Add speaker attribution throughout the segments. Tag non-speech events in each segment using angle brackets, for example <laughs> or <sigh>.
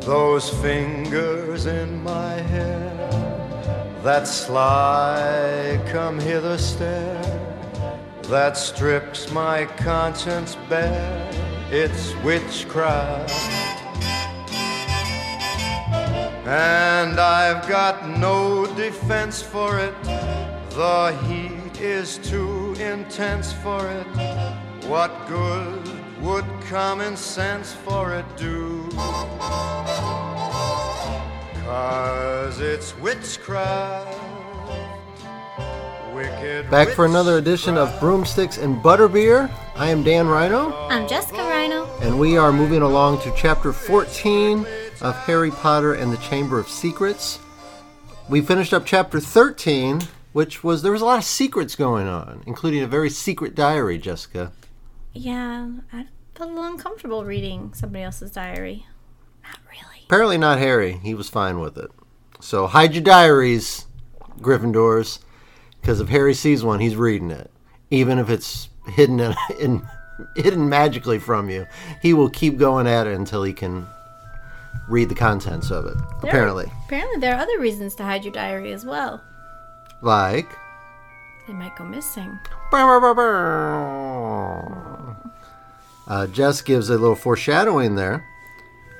Speaker 1: those fingers in my hair, that sly come hither stare, that strips my conscience bare, it's witchcraft. And I've got no defense for it, the heat is too intense for it. What good would common sense for it do? Cause it's witchcraft. Wicked
Speaker 2: Back for another edition of
Speaker 1: witchcraft.
Speaker 2: Broomsticks and Butterbeer. I am Dan Rhino,
Speaker 3: I'm Jessica Rhino.
Speaker 2: and we are moving along to chapter 14 of Harry Potter and the Chamber of Secrets. We finished up chapter 13, which was there was a lot of secrets going on, including a very secret diary, Jessica.
Speaker 3: Yeah, I felt a little uncomfortable reading somebody else's diary. Not really.
Speaker 2: Apparently not Harry. He was fine with it. So hide your diaries, Gryffindors, because if Harry sees one, he's reading it, even if it's hidden in, <laughs> in hidden magically from you. He will keep going at it until he can read the contents of it. Apparently,
Speaker 3: Apparently, there are other reasons to hide your diary as well.
Speaker 2: like.
Speaker 3: They might go missing.
Speaker 2: Uh, Jess gives a little foreshadowing there.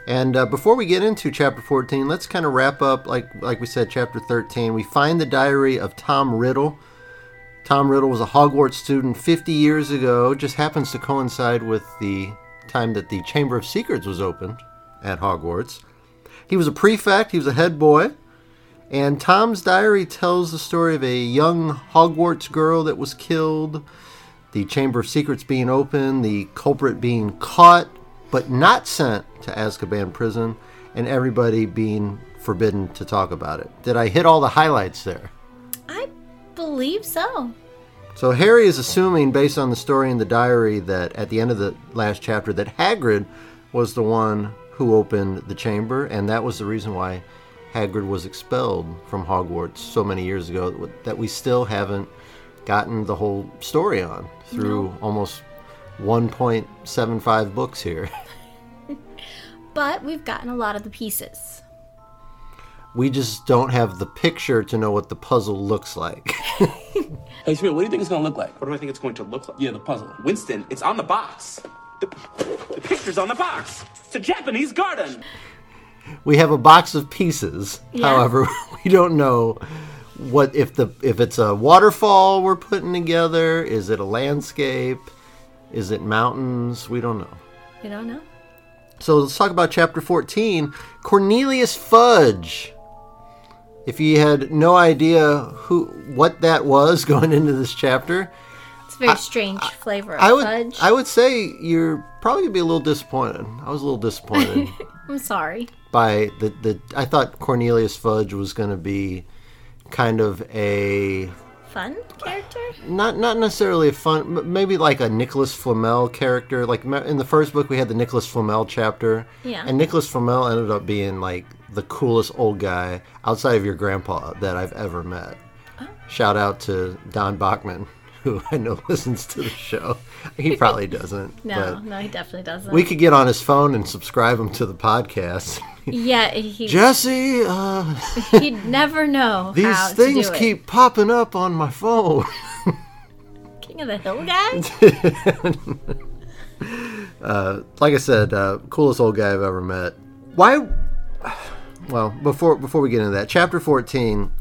Speaker 2: And uh, before we get into chapter 14, let's kind of wrap up, like like we said, chapter 13. We find the diary of Tom Riddle. Tom Riddle was a Hogwarts student 50 years ago. Just happens to coincide with the time that the Chamber of Secrets was opened at Hogwarts. He was a prefect. He was a head boy. And Tom's diary tells the story of a young Hogwarts girl that was killed, the Chamber of Secrets being open, the culprit being caught but not sent to Azkaban prison, and everybody being forbidden to talk about it. Did I hit all the highlights there?
Speaker 3: I believe so.
Speaker 2: So Harry is assuming, based on the story in the diary, that at the end of the last chapter, that Hagrid was the one who opened the chamber, and that was the reason why Hagrid was expelled from Hogwarts so many years ago. That we still haven't gotten the whole story on through almost 1.75 books here. <laughs>
Speaker 3: But we've gotten a lot of the pieces.
Speaker 2: We just don't have the picture to know what the puzzle looks like. <laughs>
Speaker 4: Hey, Spirit, what do you think it's gonna look like?
Speaker 5: What do I think it's going to look like?
Speaker 4: Yeah, the puzzle.
Speaker 5: Winston, it's on the box. The, the picture's on the box. It's a Japanese garden.
Speaker 2: we have a box of pieces. However, <laughs> we don't know what if the if it's a waterfall we're putting together. Is it a landscape? Is it mountains? We don't know.
Speaker 3: You don't know?
Speaker 2: So let's talk about chapter 14 Cornelius Fudge. If you had no idea who what that was <laughs> going into this chapter,
Speaker 3: It's a very strange flavor of
Speaker 2: I would
Speaker 3: fudge.
Speaker 2: I would say you're probably gonna be a little disappointed. I was a little disappointed
Speaker 3: I'm sorry.
Speaker 2: by the, the I thought Cornelius Fudge was going to be kind of a
Speaker 3: Fun character?
Speaker 2: not not necessarily a fun m- maybe like a Nicholas Flamel character like me- in the first book we had the Nicholas Flamel chapter
Speaker 3: Yeah.
Speaker 2: and Nicholas Flamel ended up being like the coolest old guy outside of your grandpa that I've ever met
Speaker 3: Oh.
Speaker 2: shout out to Don Bachman <laughs> who I know listens to the show he
Speaker 3: <laughs>
Speaker 2: probably doesn't
Speaker 3: No,
Speaker 2: but
Speaker 3: no, he definitely doesn't.
Speaker 2: we could get on his phone and subscribe him to the podcast <laughs>
Speaker 3: yeah, he,
Speaker 2: Jesse uh
Speaker 3: he'd never know
Speaker 2: These
Speaker 3: how
Speaker 2: things
Speaker 3: to do it.
Speaker 2: keep popping up on my phone. <laughs>
Speaker 3: King of the Hill guy?
Speaker 2: like I said, uh, coolest old guy I've ever met. Why? Well, before before we get into that, chapter fourteen,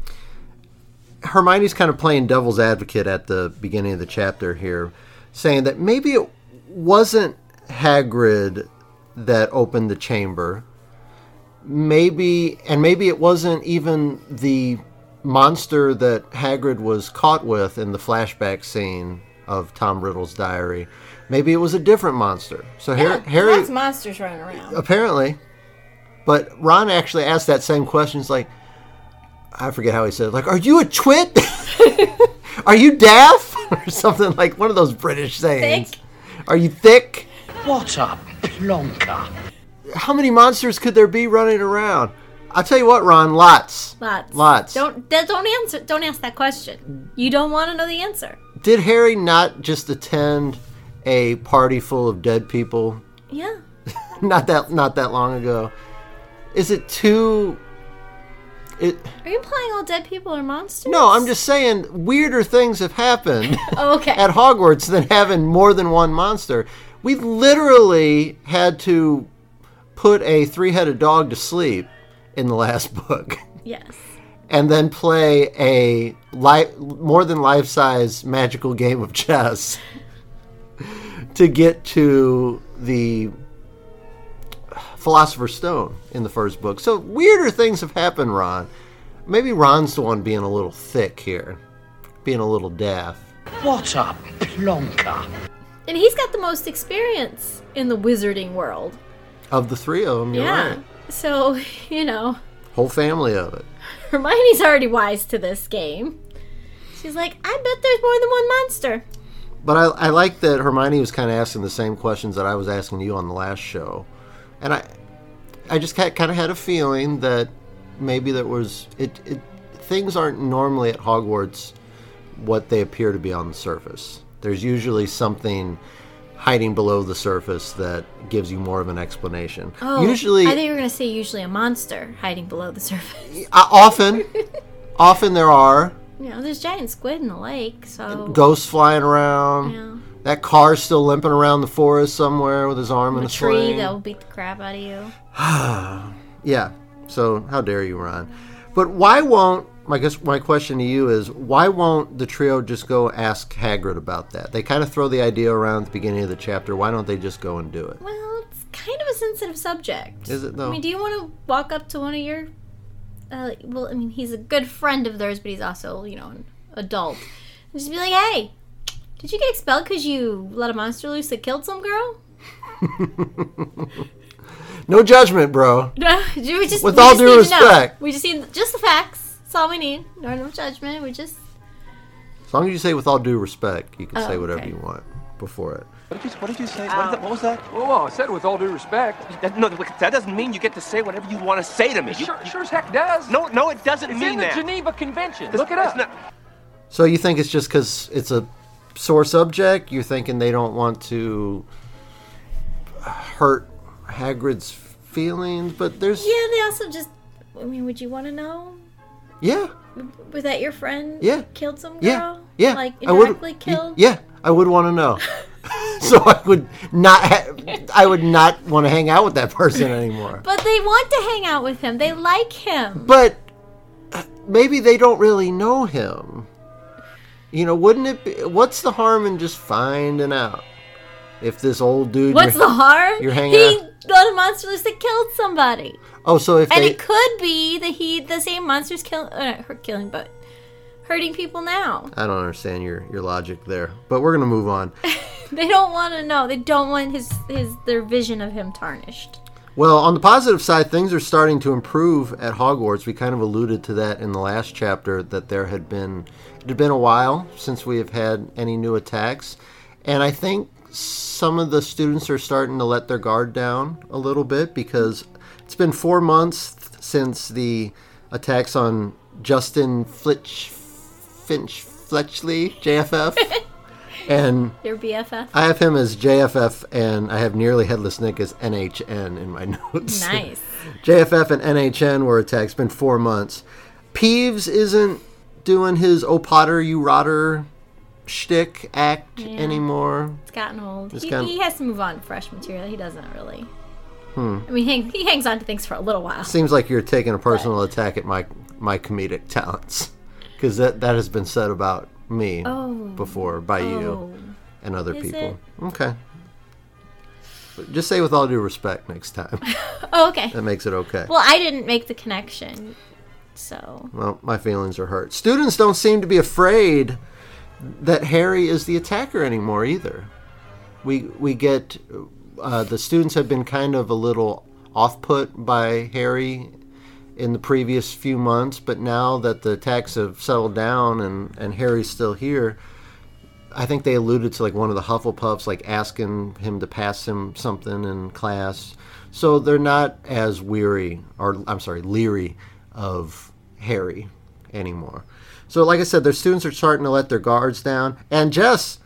Speaker 2: Hermione's kind of playing devil's advocate at the beginning of the chapter here, saying that maybe it wasn't Hagrid that opened the chamber. Maybe and maybe it wasn't even the monster that Hagrid was caught with in the flashback scene of Tom Riddle's diary. Maybe it was a different monster. So Har- <laughs> Harry
Speaker 3: Lots of monsters running around.
Speaker 2: apparently. But Ron actually asked that same question. It's like, I forget how he said it. Like, are you a twit? <laughs> are you daft? <laughs> or something like one of those British sayings.
Speaker 3: Thick.
Speaker 2: Are you thick?
Speaker 6: What a plonker.
Speaker 2: How many monsters could there be running around? I'll tell you what, Ron, lots.
Speaker 3: Lots.
Speaker 2: Lots.
Speaker 3: Don't that, don't answer. Don't ask that question. You don't want to know the answer.
Speaker 2: Did Harry not just attend a party full of dead people <laughs>
Speaker 3: Yeah.
Speaker 2: not that not that long ago is it too? It
Speaker 3: Are you implying all dead people are monsters?
Speaker 2: no, I'm just saying weirder things have happened. <laughs>
Speaker 3: Oh, okay.
Speaker 2: at Hogwarts than having more than one monster. We literally had to put a three headed dog to sleep in the last <laughs> book
Speaker 3: yes.
Speaker 2: and then play a li- more than life size magical game of chess <laughs> to get to the Philosopher's Stone in the first book. So weirder things have happened, Ron. Maybe Ron's the one being a little thick here, being a little daft.
Speaker 6: What a plonker.
Speaker 3: And he's got the most experience in the wizarding world.
Speaker 2: Of the three of them, you're
Speaker 3: yeah.
Speaker 2: right.
Speaker 3: So, <laughs> you know,
Speaker 2: Whole family of it.
Speaker 3: Hermione's already wise to this game. She's like, I bet there's more than one monster.
Speaker 2: But I, I like that Hermione was kind of asking the same questions that I was asking you on the last show, and I, I just kind of had a feeling that maybe there was it, it. Things aren't normally at Hogwarts what they appear to be on the surface. There's usually something hiding below the surface that gives you more of an explanation.
Speaker 3: Oh,
Speaker 2: usually,
Speaker 3: I think you were going to say usually a monster hiding below the <laughs> surface.
Speaker 2: I- uh, often, <laughs> often there are
Speaker 3: you know, there's giant squid in the lake, so.
Speaker 2: ghosts flying around.
Speaker 3: Yeah.
Speaker 2: That car's still limping around the forest somewhere with his arm in a,
Speaker 3: a tree
Speaker 2: sling.
Speaker 3: that will beat the crap out of you.
Speaker 2: Yeah. So how dare you, Ron? But why won't my guess? My question to you is why won't the trio just go ask Hagrid about that? They kind of throw the idea around at the beginning of the chapter. Why don't they just go and do it?
Speaker 3: Well, it's kind of a sensitive subject.
Speaker 2: Is it, though?
Speaker 3: I mean, do you want to walk up to one of your? Uh, well, I mean, he's a good friend of theirs, but he's also, you know, an adult. And just be like, hey, did you get expelled because you let a monster loose that killed some girl? <laughs>
Speaker 2: No judgment, bro.
Speaker 3: No, <laughs> we just
Speaker 2: With
Speaker 3: we
Speaker 2: all
Speaker 3: just
Speaker 2: due
Speaker 3: need to know.
Speaker 2: respect.
Speaker 3: we just need just the facts. That's all we need. No, no judgment. We just
Speaker 2: As long as you say with all due respect, you can
Speaker 3: Oh,
Speaker 2: say whatever
Speaker 3: okay.
Speaker 2: you want before it.
Speaker 5: What did you, what did you say? What, is that, what was that?
Speaker 7: Oh, I said with all due respect.
Speaker 5: Um, That- No, look, that doesn't mean you get to say whatever you want to say to me. You-
Speaker 7: Sure, sure as heck does.
Speaker 5: No, no, it doesn't
Speaker 7: it's
Speaker 5: mean
Speaker 7: in
Speaker 5: that.
Speaker 7: the Geneva Convention.
Speaker 5: It's-
Speaker 7: Look it
Speaker 5: it's
Speaker 7: up.
Speaker 5: not-
Speaker 2: So you think it's just because it's a sore subject? You're thinking they don't want to hurt Hagrid's feelings, but there's
Speaker 3: yeah. They also just. I mean, would you want to know?
Speaker 2: yeah.
Speaker 3: Was that your friend?
Speaker 2: Yeah.
Speaker 3: Killed some girl.
Speaker 2: Yeah, yeah.
Speaker 3: Like
Speaker 2: I would-
Speaker 3: indirectly
Speaker 2: y-
Speaker 3: killed.
Speaker 2: Yeah, I would want to know. <laughs> so I would not. Ha- I would not want to hang out with that person anymore.
Speaker 3: But they want to hang out with him. They like him.
Speaker 2: But uh, maybe they don't really know him. You know, wouldn't it be? What's the harm in just finding out if this old dude?
Speaker 3: What's the harm?
Speaker 2: you're hanging
Speaker 3: he
Speaker 2: out-
Speaker 3: got a monster loose that killed somebody,
Speaker 2: Oh, so if
Speaker 3: and
Speaker 2: they
Speaker 3: it could be that he the same monster's killing, uh, not her killing, but hurting people now.
Speaker 2: I don't understand your your logic there, but we're gonna move on.
Speaker 3: They don't want to know. They don't want his his their vision of him tarnished.
Speaker 2: Well, on the positive side, things are starting to improve at Hogwarts. We kind of alluded to that in the last chapter that there had been it had been a while since we have had any new attacks, and I think some of the students are starting to let their guard down a little bit because it's been four months th- since the attacks on Justin Flitch Finch Fletchley JFF. And <laughs>
Speaker 3: Their BFF.
Speaker 2: I have him as JFF, and I have nearly headless Nick as NHN in my <laughs> notes.
Speaker 3: Nice.
Speaker 2: JFF and NHN were attacked. It's been four months. Peeves isn't doing his "Oh Potter, you rotter" shtick act anymore.
Speaker 3: It's gotten old. He,
Speaker 2: gotten-
Speaker 3: he has to move on to fresh material. He doesn't really.
Speaker 2: Hmm.
Speaker 3: I mean, he, he hangs on to things for a little while.
Speaker 2: Seems like you're taking a personal attack at my my comedic talents, because that that has been said about me before by you
Speaker 3: Oh.
Speaker 2: and other
Speaker 3: Is
Speaker 2: people. Okay. But Just say with all due respect next time. <laughs>
Speaker 3: Oh, okay.
Speaker 2: That makes it okay.
Speaker 3: Well, I didn't make the connection, so
Speaker 2: Well, my feelings are hurt. Students don't seem to be afraid that Harry is the attacker anymore either. We we get uh, the students have been kind of a little off put by Harry in the previous few months, but now that the attacks have settled down and and Harry's still here, I think they alluded to like one of the Hufflepuffs like asking him to pass him something in class. So they're not as weary or I'm sorry, leery of Harry anymore. So like I said, their students are starting to let their guards down. And Jess,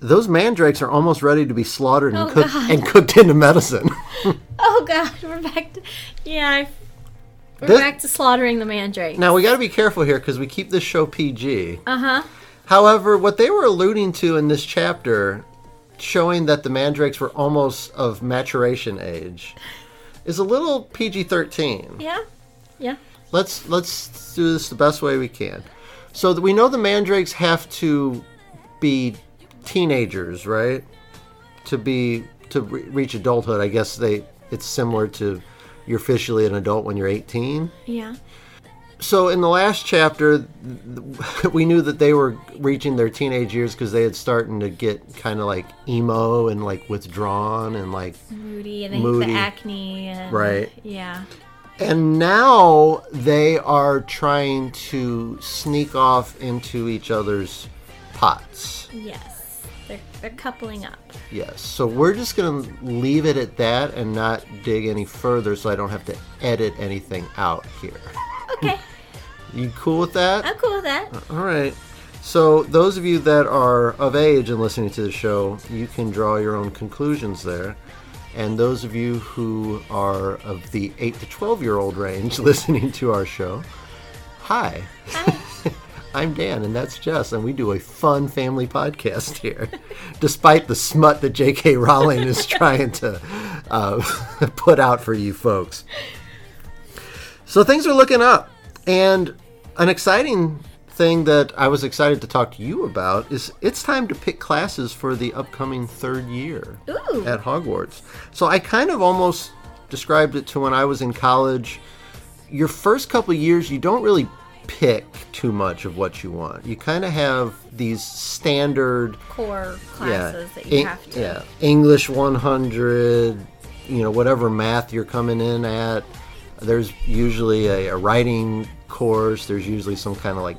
Speaker 2: those mandrakes are almost ready to be slaughtered and
Speaker 3: Oh,
Speaker 2: cooked
Speaker 3: God.
Speaker 2: and cooked into medicine.
Speaker 3: <laughs> Oh Oh God, we're back to yeah, we're
Speaker 2: This-
Speaker 3: back to slaughtering the mandrake.
Speaker 2: Now we got to be careful here because we keep this show PG.
Speaker 3: Uh huh.
Speaker 2: However, what they were alluding to in this chapter, showing that the mandrakes were almost of maturation age, is a little PG thirteen.
Speaker 3: Yeah. Yeah.
Speaker 2: Let's let's do this the best way we can. So that we know the mandrakes have to be teenagers, right? To be to re- reach adulthood, I guess they it's similar to you're officially an adult when you're 18.
Speaker 3: Yeah.
Speaker 2: So in the last chapter, th- <laughs> we knew that they were reaching their teenage years because they had starting to get kind of like emo and like withdrawn and like.
Speaker 3: Moody and I hate
Speaker 2: Moody.
Speaker 3: the acne and
Speaker 2: Right.
Speaker 3: Yeah.
Speaker 2: And now they are trying to sneak off into each other's pots.
Speaker 3: Yes. They're they're coupling up.
Speaker 2: Yes. So we're just gonna leave it at that and not dig any further, so I don't have to edit anything out here.
Speaker 3: Okay.
Speaker 2: You cool with that?
Speaker 3: I'm cool with that.
Speaker 2: All right. So, those of you that are of age and listening to the show, you can draw your own conclusions there. And those of you who are of the 8 to 12 year old range <laughs> listening to our show, hi.
Speaker 3: Hi.
Speaker 2: <laughs> I'm Dan, and that's Jess, and we do a fun family podcast here, <laughs> despite the smut that J.K. Rowling
Speaker 3: <laughs>
Speaker 2: is trying to uh, <laughs> put out for you folks. So things are looking up, and an exciting thing that I was excited to talk to you about is it's time to pick classes for the upcoming third year
Speaker 3: Ooh.
Speaker 2: at Hogwarts. So I kind of almost described it to when I was in college. Your first couple of years, you don't really pick too much of what you want. You kind of have these standard
Speaker 3: Core classes that you
Speaker 2: Eng-
Speaker 3: have to.
Speaker 2: yeah, English 100, you know, whatever math you're coming in at. There's usually a, a writing course. There's usually some kind of like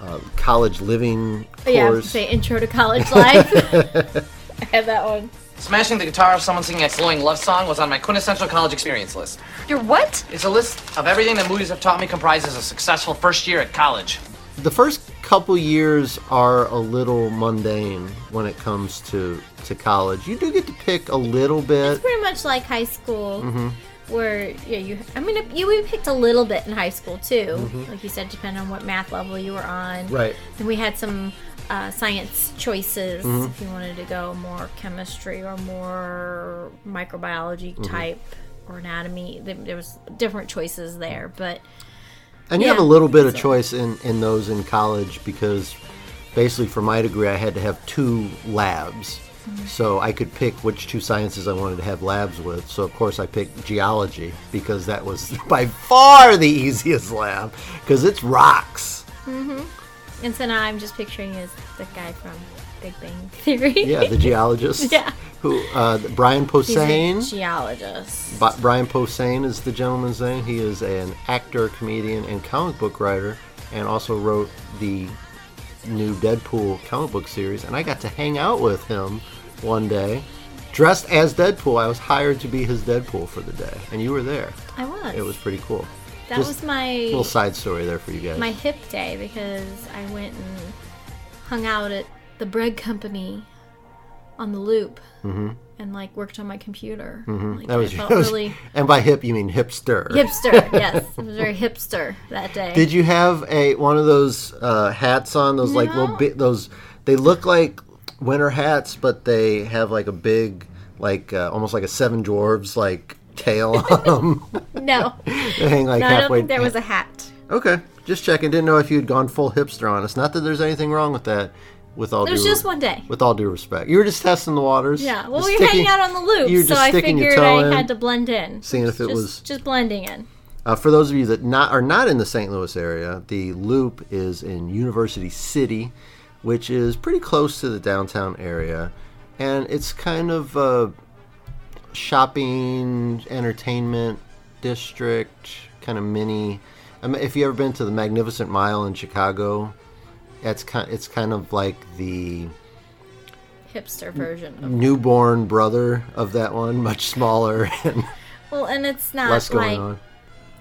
Speaker 2: uh, college living
Speaker 3: Oh, Yeah, I was
Speaker 2: course.
Speaker 3: gonna say intro to
Speaker 2: <laughs>
Speaker 3: college life. <laughs> I had that one.
Speaker 8: Smashing the guitar of someone singing a slowing love song was on my quintessential college experience list.
Speaker 9: Your what?
Speaker 8: It's a list of everything the movies have taught me comprises a successful first year at college.
Speaker 2: the first couple years are a little mundane when it comes to to college. You do get to pick a little bit.
Speaker 3: Pretty much like high school.
Speaker 2: Mm-hmm.
Speaker 3: Where yeah, you I mean you we picked a little bit in high school too, like you said, depending on what math level you were on.
Speaker 2: Mm-hmm. Right.
Speaker 3: Then we had some uh, science choices
Speaker 2: Mm-hmm.
Speaker 3: if you wanted to go more chemistry or more microbiology
Speaker 2: Mm-hmm.
Speaker 3: type or anatomy. There- There was different choices there, but
Speaker 2: And you have a
Speaker 3: Yeah.
Speaker 2: little bit of choice in, in those in college because basically for my degree I had to have two labs.
Speaker 3: Mm-hmm.
Speaker 2: So I could pick which two sciences I wanted to have labs with. So of course I picked geology because that was <laughs> by far the easiest lab because it's rocks.
Speaker 3: and so now I'm just picturing as the guy from Big Bang Theory.
Speaker 2: Yeah, the geologist.
Speaker 3: Yeah.
Speaker 2: Who uh, Brian
Speaker 3: <laughs> He's a
Speaker 2: Posehn.
Speaker 3: geologist.
Speaker 2: Bi- Brian Posehn is the gentleman's name. He is an actor, comedian, and comic book writer, and also wrote the new Deadpool comic book series. And I got to hang out with him one day, dressed as Deadpool. I was hired to be his Deadpool for the day, and you were there.
Speaker 3: I was.
Speaker 2: It was pretty cool.
Speaker 3: that
Speaker 2: just
Speaker 3: was my
Speaker 2: Little side story there for you guys.
Speaker 3: my hip day because I went and hung out at the bread company on the loop and like worked on my computer. Like,
Speaker 2: Mm-hmm. that was,
Speaker 3: I felt
Speaker 2: <laughs> that was-
Speaker 3: really
Speaker 2: and by hip you mean hipster. <laughs>
Speaker 3: hipster. yes, I was very hipster that day.
Speaker 2: Did you have a one of those uh, hats on? Those like little
Speaker 3: No.
Speaker 2: bit those. They look like winter hats, but they have like a big, like uh, almost like a seven dwarves like tail
Speaker 3: <laughs>
Speaker 2: on them.
Speaker 3: no,
Speaker 2: they hang <laughs> like
Speaker 3: no, I don't
Speaker 2: halfway.
Speaker 3: think there was a hat.
Speaker 2: okay, just checking. Didn't know if you'd gone full hipster on us. Not that there's anything wrong with that. With all
Speaker 3: It was
Speaker 2: due,
Speaker 3: just one day.
Speaker 2: With all due respect, you were just testing the waters.
Speaker 3: Yeah, well,
Speaker 2: Just
Speaker 3: we were
Speaker 2: sticking-
Speaker 3: hanging out on the loop,
Speaker 2: you were
Speaker 3: so
Speaker 2: just
Speaker 3: I
Speaker 2: sticking your
Speaker 3: figured
Speaker 2: toe
Speaker 3: I
Speaker 2: in.
Speaker 3: had to blend in.
Speaker 2: Seeing if it
Speaker 3: Just-
Speaker 2: was-
Speaker 3: just blending in.
Speaker 2: Uh, for those of you that not are not in the St. Louis area, the Loop is in University City, which is pretty close to the downtown area, and it's kind of a shopping, entertainment district, kind of mini. I mean, if you ever been to the Magnificent Mile in Chicago, it's kind it's kind of like the
Speaker 3: Hipster version.
Speaker 2: Mm-hmm.
Speaker 3: Of,
Speaker 2: newborn brother of that one, much smaller <laughs> and
Speaker 3: well, and it's not
Speaker 2: less going
Speaker 3: like
Speaker 2: on.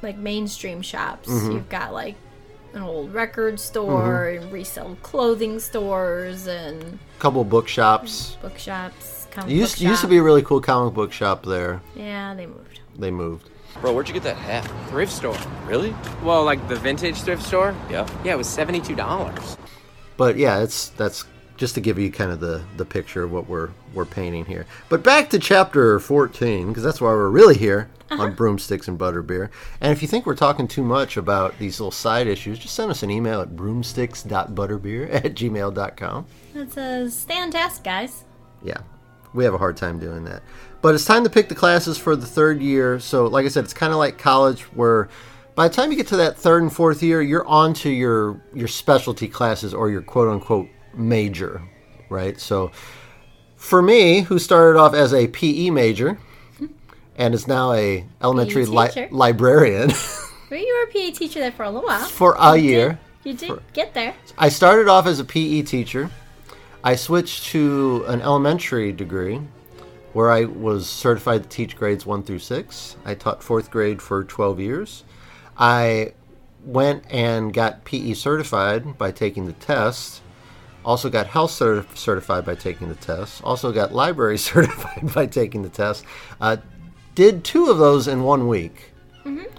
Speaker 3: like mainstream shops.
Speaker 2: Mm-hmm.
Speaker 3: You've got like an old record store and resell clothing stores and
Speaker 2: couple bookshops.
Speaker 3: bookshops, comic
Speaker 2: It used,
Speaker 3: book
Speaker 2: used to
Speaker 3: shop.
Speaker 2: be a really cool comic book shop there.
Speaker 3: Yeah, they moved.
Speaker 2: They moved.
Speaker 9: Bro, where'd you get that hat?
Speaker 10: Thrift store.
Speaker 9: Really?
Speaker 10: Well, like the vintage thrift store?
Speaker 9: Yeah.
Speaker 10: Yeah, it was $72.
Speaker 2: But yeah, it's that's just to give you kind of the, the picture of what we're we're painting here. But back to chapter 14 because that's why we're really here on broomsticks and butterbeer. And if you think we're talking too much about these little side issues, just send us an email at broomsticks.butterbeer at gmail.com.
Speaker 3: That says stand test, guys.
Speaker 2: Yeah, we have a hard time doing that. But it's time to pick the classes for the third year. So, like I said, it's kind of like college, where by the time you get to that third and fourth year, you're on to your your specialty classes or your quote unquote major, right? So, for me, who started off as a PE major and is now a elementary li-
Speaker 3: teacher.
Speaker 2: librarian <laughs>
Speaker 3: Well, you were a PA teacher there for a little while.
Speaker 2: for a year.
Speaker 3: You did get there.
Speaker 2: I started off as a PE teacher. I switched to an elementary degree where I was certified to teach grades 1 through 6. I taught 4th grade for 12 years. I went and got PE certified by taking the test. Also got health certi- certified by taking the test. Also got library <laughs> certified by taking the test. Uh, did two of those in one week.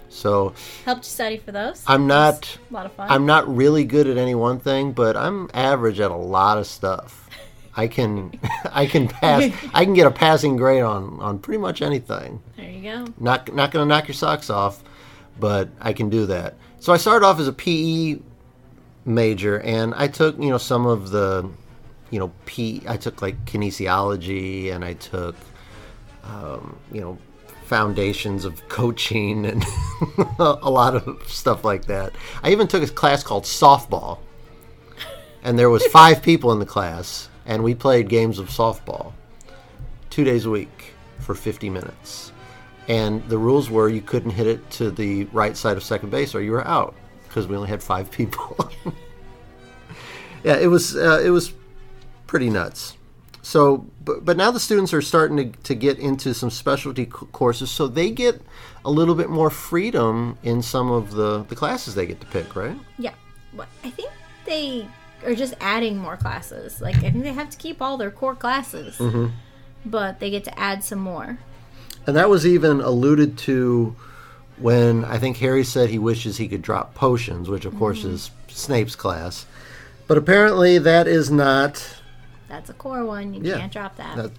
Speaker 2: So
Speaker 3: Helped you study for those.
Speaker 2: I'm not
Speaker 3: a lot of fun.
Speaker 2: I'm not really good at any one thing, but I'm average at a lot of stuff. I can <laughs> I can pass I can get a passing grade on on pretty much anything.
Speaker 3: there you go.
Speaker 2: Not not going to knock your socks off, but I can do that. So I started off as a PE major and I took, you know, some of the you know, P I took like kinesiology and I took um, you know, foundations of coaching and <laughs> a lot of stuff like that. I even took a class called softball. And there was five people in the class and we played games of softball 2 days a week for 50 minutes. And the rules were you couldn't hit it to the right side of second base or you were out because we only had 5 <laughs> people. yeah, it was uh, it was pretty nuts. So, but, but now the students are starting to, to get into some specialty c- courses, so they get a little bit more freedom in some of the, the classes they get to pick, right?
Speaker 3: Yeah. Well, I think they are just adding more classes. Like, I think they have to keep all their core classes,
Speaker 2: Mm-hmm.
Speaker 3: but they get to add some more.
Speaker 2: And that was even alluded to when I think Harry said he wishes he could drop potions, which of course is Snape's class. But apparently that is not
Speaker 3: That's a core one. You
Speaker 2: Yeah.
Speaker 3: can't drop that.
Speaker 2: That,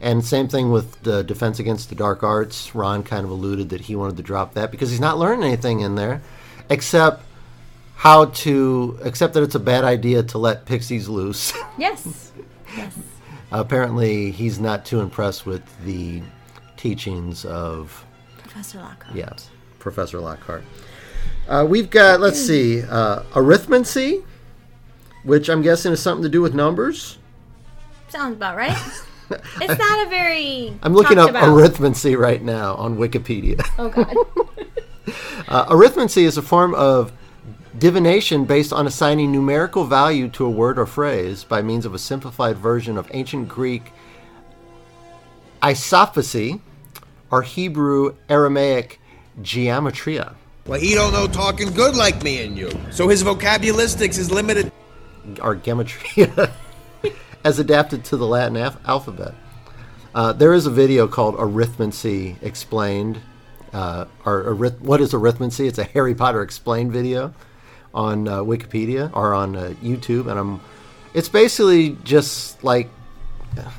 Speaker 2: and same thing with the Defense Against the Dark Arts. Ron kind of alluded that he wanted to drop that because he's not learning anything in there, except how to except that it's a bad idea to let pixies loose. <laughs>
Speaker 3: Yes. Yes.
Speaker 2: Apparently, he's not too impressed with the teachings of
Speaker 3: Professor Lockhart.
Speaker 2: yeah, Professor Lockhart. Uh, we've got let's see, uh, arithmancy, which I'm guessing is something to do with numbers.
Speaker 3: Sounds about right.
Speaker 2: <laughs>
Speaker 3: it's not a very.
Speaker 2: I'm looking
Speaker 3: talked
Speaker 2: up
Speaker 3: about.
Speaker 2: arithmancy right now on Wikipedia. Uh, <laughs>
Speaker 3: Oh God.
Speaker 2: Arithmancy is a form of divination based on assigning numerical value to a word or phrase by means of a simplified version of ancient Greek isophacy or Hebrew Aramaic geometria.
Speaker 11: Well, he don't know talking good like me and you. So his vocabulistics is limited.
Speaker 2: or gematria <laughs> as adapted to the Latin alph- alphabet. Uh, there is a video called Arithmancy Explained. Uh, or arith- what is arithmancy? It's a Harry Potter explained video on uh, Wikipedia or on uh, YouTube, and I'm. It's basically just like,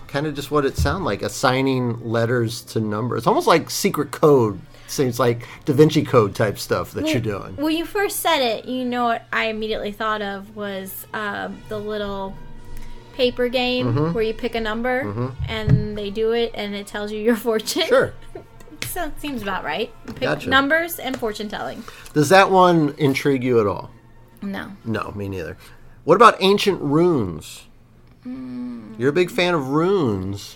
Speaker 2: kind of just what it sounds like, assigning letters to numbers. It's almost like secret code. Seems like Da Vinci Code type stuff that you're doing.
Speaker 3: When you first said it, you know what I immediately thought of was um, the little paper game
Speaker 2: Mm-hmm.
Speaker 3: where you pick a number and they do it and it tells you your <laughs> fortune.
Speaker 2: Sure.
Speaker 3: so seems about right. You Pick
Speaker 2: Gotcha.
Speaker 3: numbers and fortune telling.
Speaker 2: Does that one intrigue you at all?
Speaker 3: No.
Speaker 2: No, me neither. What about ancient runes? You're a big fan of runes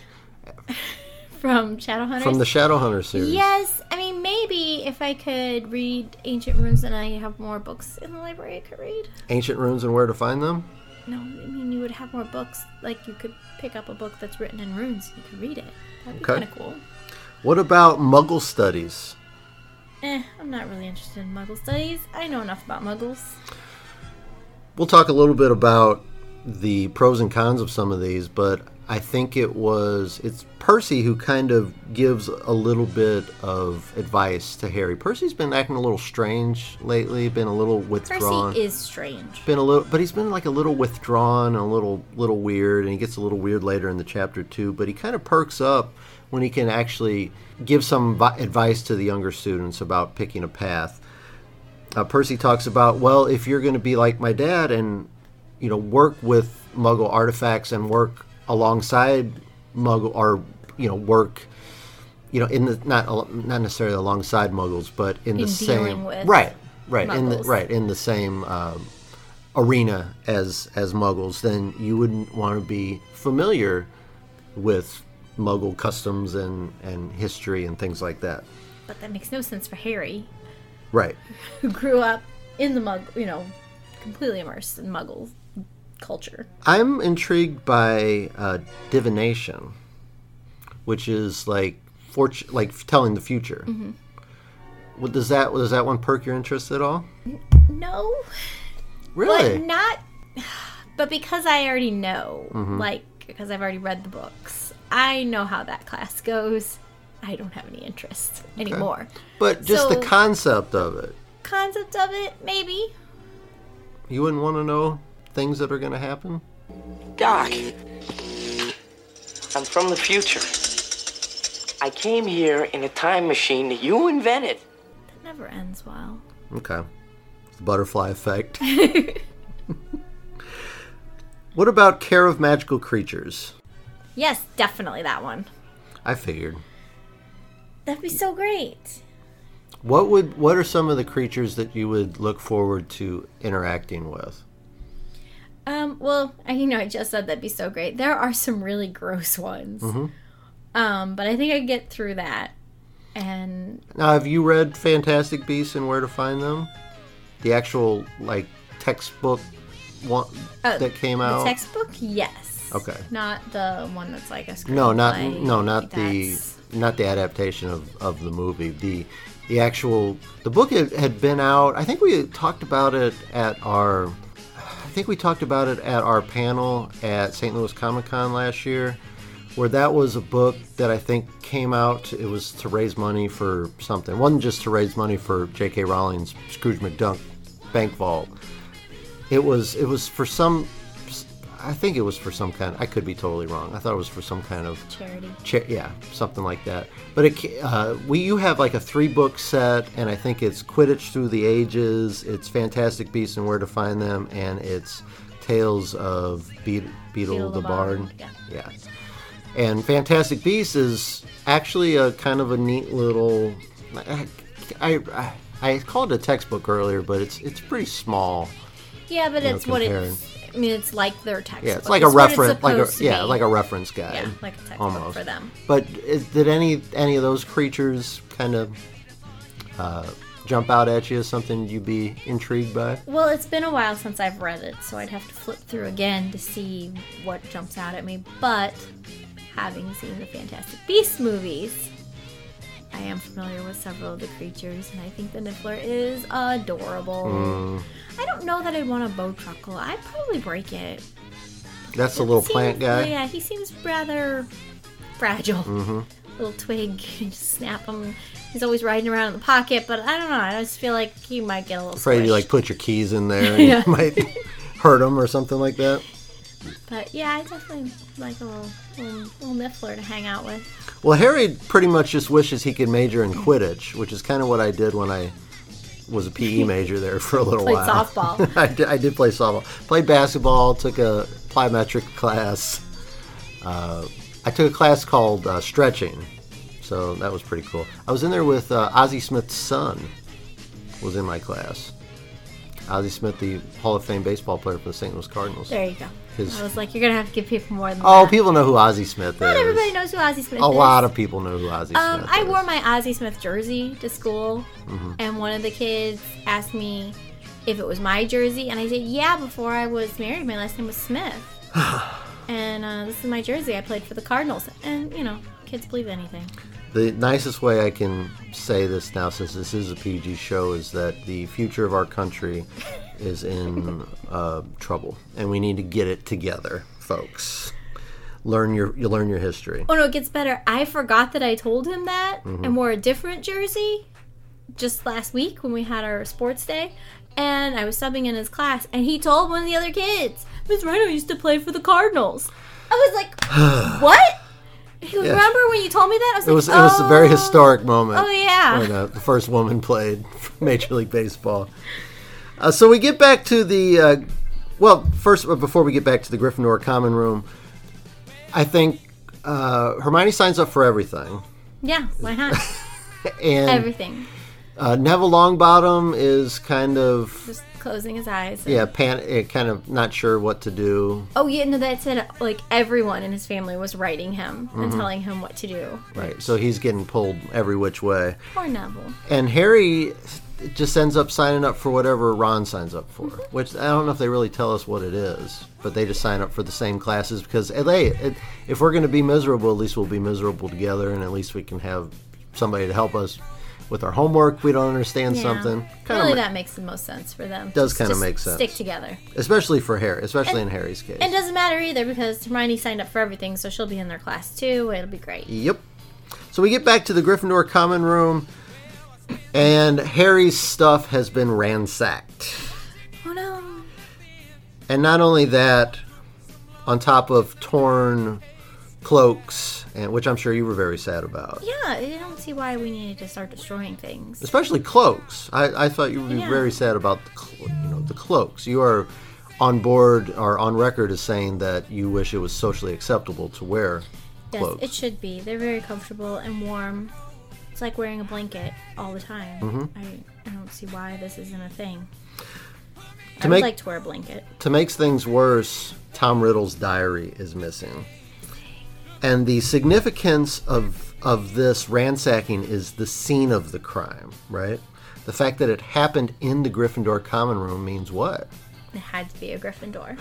Speaker 3: From Shadowhunters.
Speaker 2: from the Shadowhunter series.
Speaker 3: Yes, I mean maybe if I could read ancient runes and I have more books in the library I could read.
Speaker 2: Ancient runes and where to find them?
Speaker 3: No, I mean you would have more books. Like you could pick up a book that's written in runes and you could read it. That'd be
Speaker 2: Okay.
Speaker 3: kind of cool.
Speaker 2: What about muggle studies?
Speaker 3: Eh, I'm not really interested in Muggle studies. I know enough about Muggles.
Speaker 2: We'll talk a little bit about the pros and cons of some of these, but I think it was it's Percy who kind of gives a little bit of advice to Harry. Percy's been acting a little strange lately, been a little
Speaker 3: Percy
Speaker 2: withdrawn.
Speaker 3: is strange.
Speaker 2: been a little but he's been like a little withdrawn and a little little weird and he gets a little weird later in the chapter too but he kind of perks up when he can actually give some vi- advice to the younger students about picking a path uh, percy talks about well if you're going to be like my dad and you know work with muggle artifacts and work alongside muggle or you know work you know in the not al- not necessarily alongside muggles but in, the
Speaker 3: In
Speaker 2: same
Speaker 3: dealing with
Speaker 2: right right in the
Speaker 3: Muggles.
Speaker 2: right in the same um, arena as as muggles then you wouldn't want to be familiar with muggle customs and and history and things like that
Speaker 3: But that makes no sense for Harry,
Speaker 2: right
Speaker 3: who grew up in the mug, you know, completely immersed in Muggle culture.
Speaker 2: I'm intrigued by uh, divination, which is like fortune, like f- telling the future.
Speaker 3: Mm-hmm.
Speaker 2: What does that does that one perk your interest at all?
Speaker 3: No,
Speaker 2: Really?
Speaker 3: but not. <sighs> But because I already know,
Speaker 2: Mm-hmm.
Speaker 3: like, because I've already read the books, I know how that class goes. I don't have any interest anymore.
Speaker 2: But just the
Speaker 3: So-
Speaker 2: concept of it,
Speaker 3: Concept of it, maybe.
Speaker 2: you wouldn't want to know things that are going to happen.
Speaker 9: Doc, I'm from the future. I came here in a time machine that you invented.
Speaker 3: That never ends well.
Speaker 2: Okay, the butterfly effect. what about care of magical creatures?
Speaker 3: Yes, definitely that one.
Speaker 2: I figured.
Speaker 3: That'd be so great.
Speaker 2: What would what are some of the creatures that you would look forward to interacting with?
Speaker 3: Um, well, I you know I just said that'd be so great. There are some really gross ones.
Speaker 2: Mm-hmm.
Speaker 3: Um, but I think I could get through that. And
Speaker 2: Now, have you read Fantastic Beasts and Where to Find Them? The actual like textbook one
Speaker 3: Oh,
Speaker 2: that came
Speaker 3: the
Speaker 2: out.
Speaker 3: textbook, yes.
Speaker 2: Okay.
Speaker 3: Not the one that's like a
Speaker 2: no, not
Speaker 3: screenplay.
Speaker 2: no, not
Speaker 3: That's-
Speaker 2: the not the adaptation of, of the movie. The the actual the book had, had been out. I think we had talked about it at our. I think we talked about it at our panel at St. Louis Comic Con last year, where that was a book that I think came out. It was to raise money for something. It wasn't just to raise money for J.K. Rowling's Scrooge McDuck bank vault. It was it was for some. I think it was for some kind. I could be totally wrong. I thought it was for some kind of
Speaker 3: charity.
Speaker 2: cha- yeah, something like that. But it, ca- uh, we you have like a three book set, and I think it's Quidditch Through the Ages, it's Fantastic Beasts and Where to Find Them, and it's Tales of Be- Beetle, the, Bard.
Speaker 3: yeah.
Speaker 2: yeah. And Fantastic Beasts is actually a kind of a neat little. I, I, I called it a textbook earlier, but it's it's pretty small.
Speaker 3: Yeah, but
Speaker 2: You know,
Speaker 3: it's what
Speaker 2: comparing.
Speaker 3: it's. I mean, it's like their textbook.
Speaker 2: Yeah, it's like a
Speaker 3: what it's
Speaker 2: reference, like a,
Speaker 3: supposed to
Speaker 2: yeah,
Speaker 3: be.
Speaker 2: like a reference guide,
Speaker 3: Yeah, like a textbook
Speaker 2: almost
Speaker 3: for them.
Speaker 2: But is, did any any of those creatures kind of uh, jump out at you as something you'd be intrigued by?
Speaker 3: Well, it's been a while since I've read it, so I'd have to flip through again to see what jumps out at me. But having seen the Fantastic Beasts movies, I am familiar with several of the creatures, and I think the Niffler is adorable.
Speaker 2: Mm.
Speaker 3: I don't know that I'd want a bow truckle. I'd probably break it.
Speaker 2: That's the little
Speaker 3: Seems-
Speaker 2: plant guy. Mm-hmm.
Speaker 3: Yeah, he seems rather fragile. Little twig, <laughs> you just snap him. He's always riding around in the pocket, but I don't know. I just feel like he might get a little.
Speaker 2: Afraid you
Speaker 3: squished.
Speaker 2: like put your keys in there and
Speaker 3: <laughs>
Speaker 2: you might <laughs> hurt them or something like that.
Speaker 3: But yeah, I definitely like a little, little, little niffler to hang out with.
Speaker 2: Well, Harry pretty much just wishes he could major in Quidditch, which is kind of what I did when I was a
Speaker 3: <laughs>
Speaker 2: PE major there for a little
Speaker 3: Played
Speaker 2: while. <laughs>
Speaker 3: softball.
Speaker 2: I, did, I did play softball. Played basketball. Took a plyometric class. Uh, I took a class called uh, stretching, so that was pretty cool. I was in there with uh, Ozzie Smith's son. Was in my class. Ozzie Smith, the Hall of Fame baseball player for the St. Louis Cardinals.
Speaker 3: There you go.
Speaker 2: His-
Speaker 3: I was like, you're gonna have to give people more than
Speaker 2: Oh,
Speaker 3: that.
Speaker 2: people know who Ozzie Smith
Speaker 3: Not
Speaker 2: is.
Speaker 3: everybody knows who Ozzy Smith
Speaker 2: a
Speaker 3: is.
Speaker 2: lot of people know who Ozzie
Speaker 3: Um,
Speaker 2: Smith
Speaker 3: I
Speaker 2: is.
Speaker 3: wore my Ozzy Smith jersey to school,
Speaker 2: Mm-hmm.
Speaker 3: and one of the kids asked me if it was my jersey, and I said, "Yeah." Before I was married, my last name
Speaker 2: <sighs>
Speaker 3: was Smith, and uh, this is my jersey. I played for the Cardinals, and you know, kids believe anything.
Speaker 2: The nicest way I can say this now, since this is a PG show, is that the future of our
Speaker 3: <laughs>
Speaker 2: country is in uh, trouble, and we need to get it together, folks. learn your you learn your history.
Speaker 3: Oh no, it gets better. I forgot that I told him that
Speaker 2: Mhm.
Speaker 3: and wore a different jersey just last week when we had our sports day. And I was subbing in his class, and he told one of the other kids, Miss Rhino used to play for the Cardinals. I was
Speaker 2: <sighs>
Speaker 3: like, What? He goes,
Speaker 2: Yeah.
Speaker 3: Remember when you told me that? I was
Speaker 2: It
Speaker 3: like,
Speaker 2: was it was a very historic moment.
Speaker 3: Oh, yeah.
Speaker 2: when uh, the first woman played <laughs> for Major League Baseball. Uh, so we get back to the uh, well. First, uh, before we get back to the Gryffindor common room, I think uh, Hermione signs up for everything,
Speaker 3: Yeah,
Speaker 2: <laughs>
Speaker 3: why not?
Speaker 2: and
Speaker 3: Everything.
Speaker 2: Uh, Neville Longbottom is kind of
Speaker 3: Just closing his eyes. and-
Speaker 2: yeah, pan- eh, kind of not sure what to do.
Speaker 3: Oh yeah, no, that said, like everyone in his family was writing him and
Speaker 2: Mhm.
Speaker 3: telling him what to do.
Speaker 2: Right, so he's getting pulled every which way.
Speaker 3: Poor Neville.
Speaker 2: And Harry just ends up signing up for whatever Ron signs up for, which I don't know if they really tell us what it is, but they just sign up for the same classes because eh, they, it, if we're going to be miserable, at least we'll be miserable together, and at least we can have somebody to help us with our homework. if We don't understand
Speaker 3: Yeah.
Speaker 2: something. Kinda
Speaker 3: really,
Speaker 2: ma-
Speaker 3: that makes the most sense for them.
Speaker 2: Does
Speaker 3: Just-
Speaker 2: kinda
Speaker 3: just
Speaker 2: make sense.
Speaker 3: Stick together.
Speaker 2: especially for Harry, especially
Speaker 3: And-
Speaker 2: in Harry's case.
Speaker 3: It doesn't matter either because Hermione signed up for everything, so she'll be in their class too. It'll be great.
Speaker 2: Yep. So we get back to the Gryffindor common room, and Harry's stuff has been ransacked.
Speaker 3: Oh no.
Speaker 2: And not only that, on top of torn cloaks, and which I'm sure you were very sad about.
Speaker 3: Yeah, I don't see why we needed to start destroying things.
Speaker 2: Especially cloaks. I, I thought you would be
Speaker 3: Yeah.
Speaker 2: very sad about the, clo you know, the cloaks. You are on board or on record as saying that you wish it was socially acceptable to wear
Speaker 3: Yes,
Speaker 2: cloaks.
Speaker 3: it should be. They're very comfortable and warm. It's like wearing a blanket all the time.
Speaker 2: Mhm.
Speaker 3: I, I don't see why this isn't a thing.
Speaker 2: To
Speaker 3: I
Speaker 2: make-
Speaker 3: would like to wear a blanket.
Speaker 2: To make things worse, Tom Riddle's diary is missing. And the significance of of this ransacking is the scene of the crime, right? The fact that it happened in the Gryffindor common room means what?
Speaker 3: It had to be a
Speaker 2: <gasps>
Speaker 3: Gryffindor.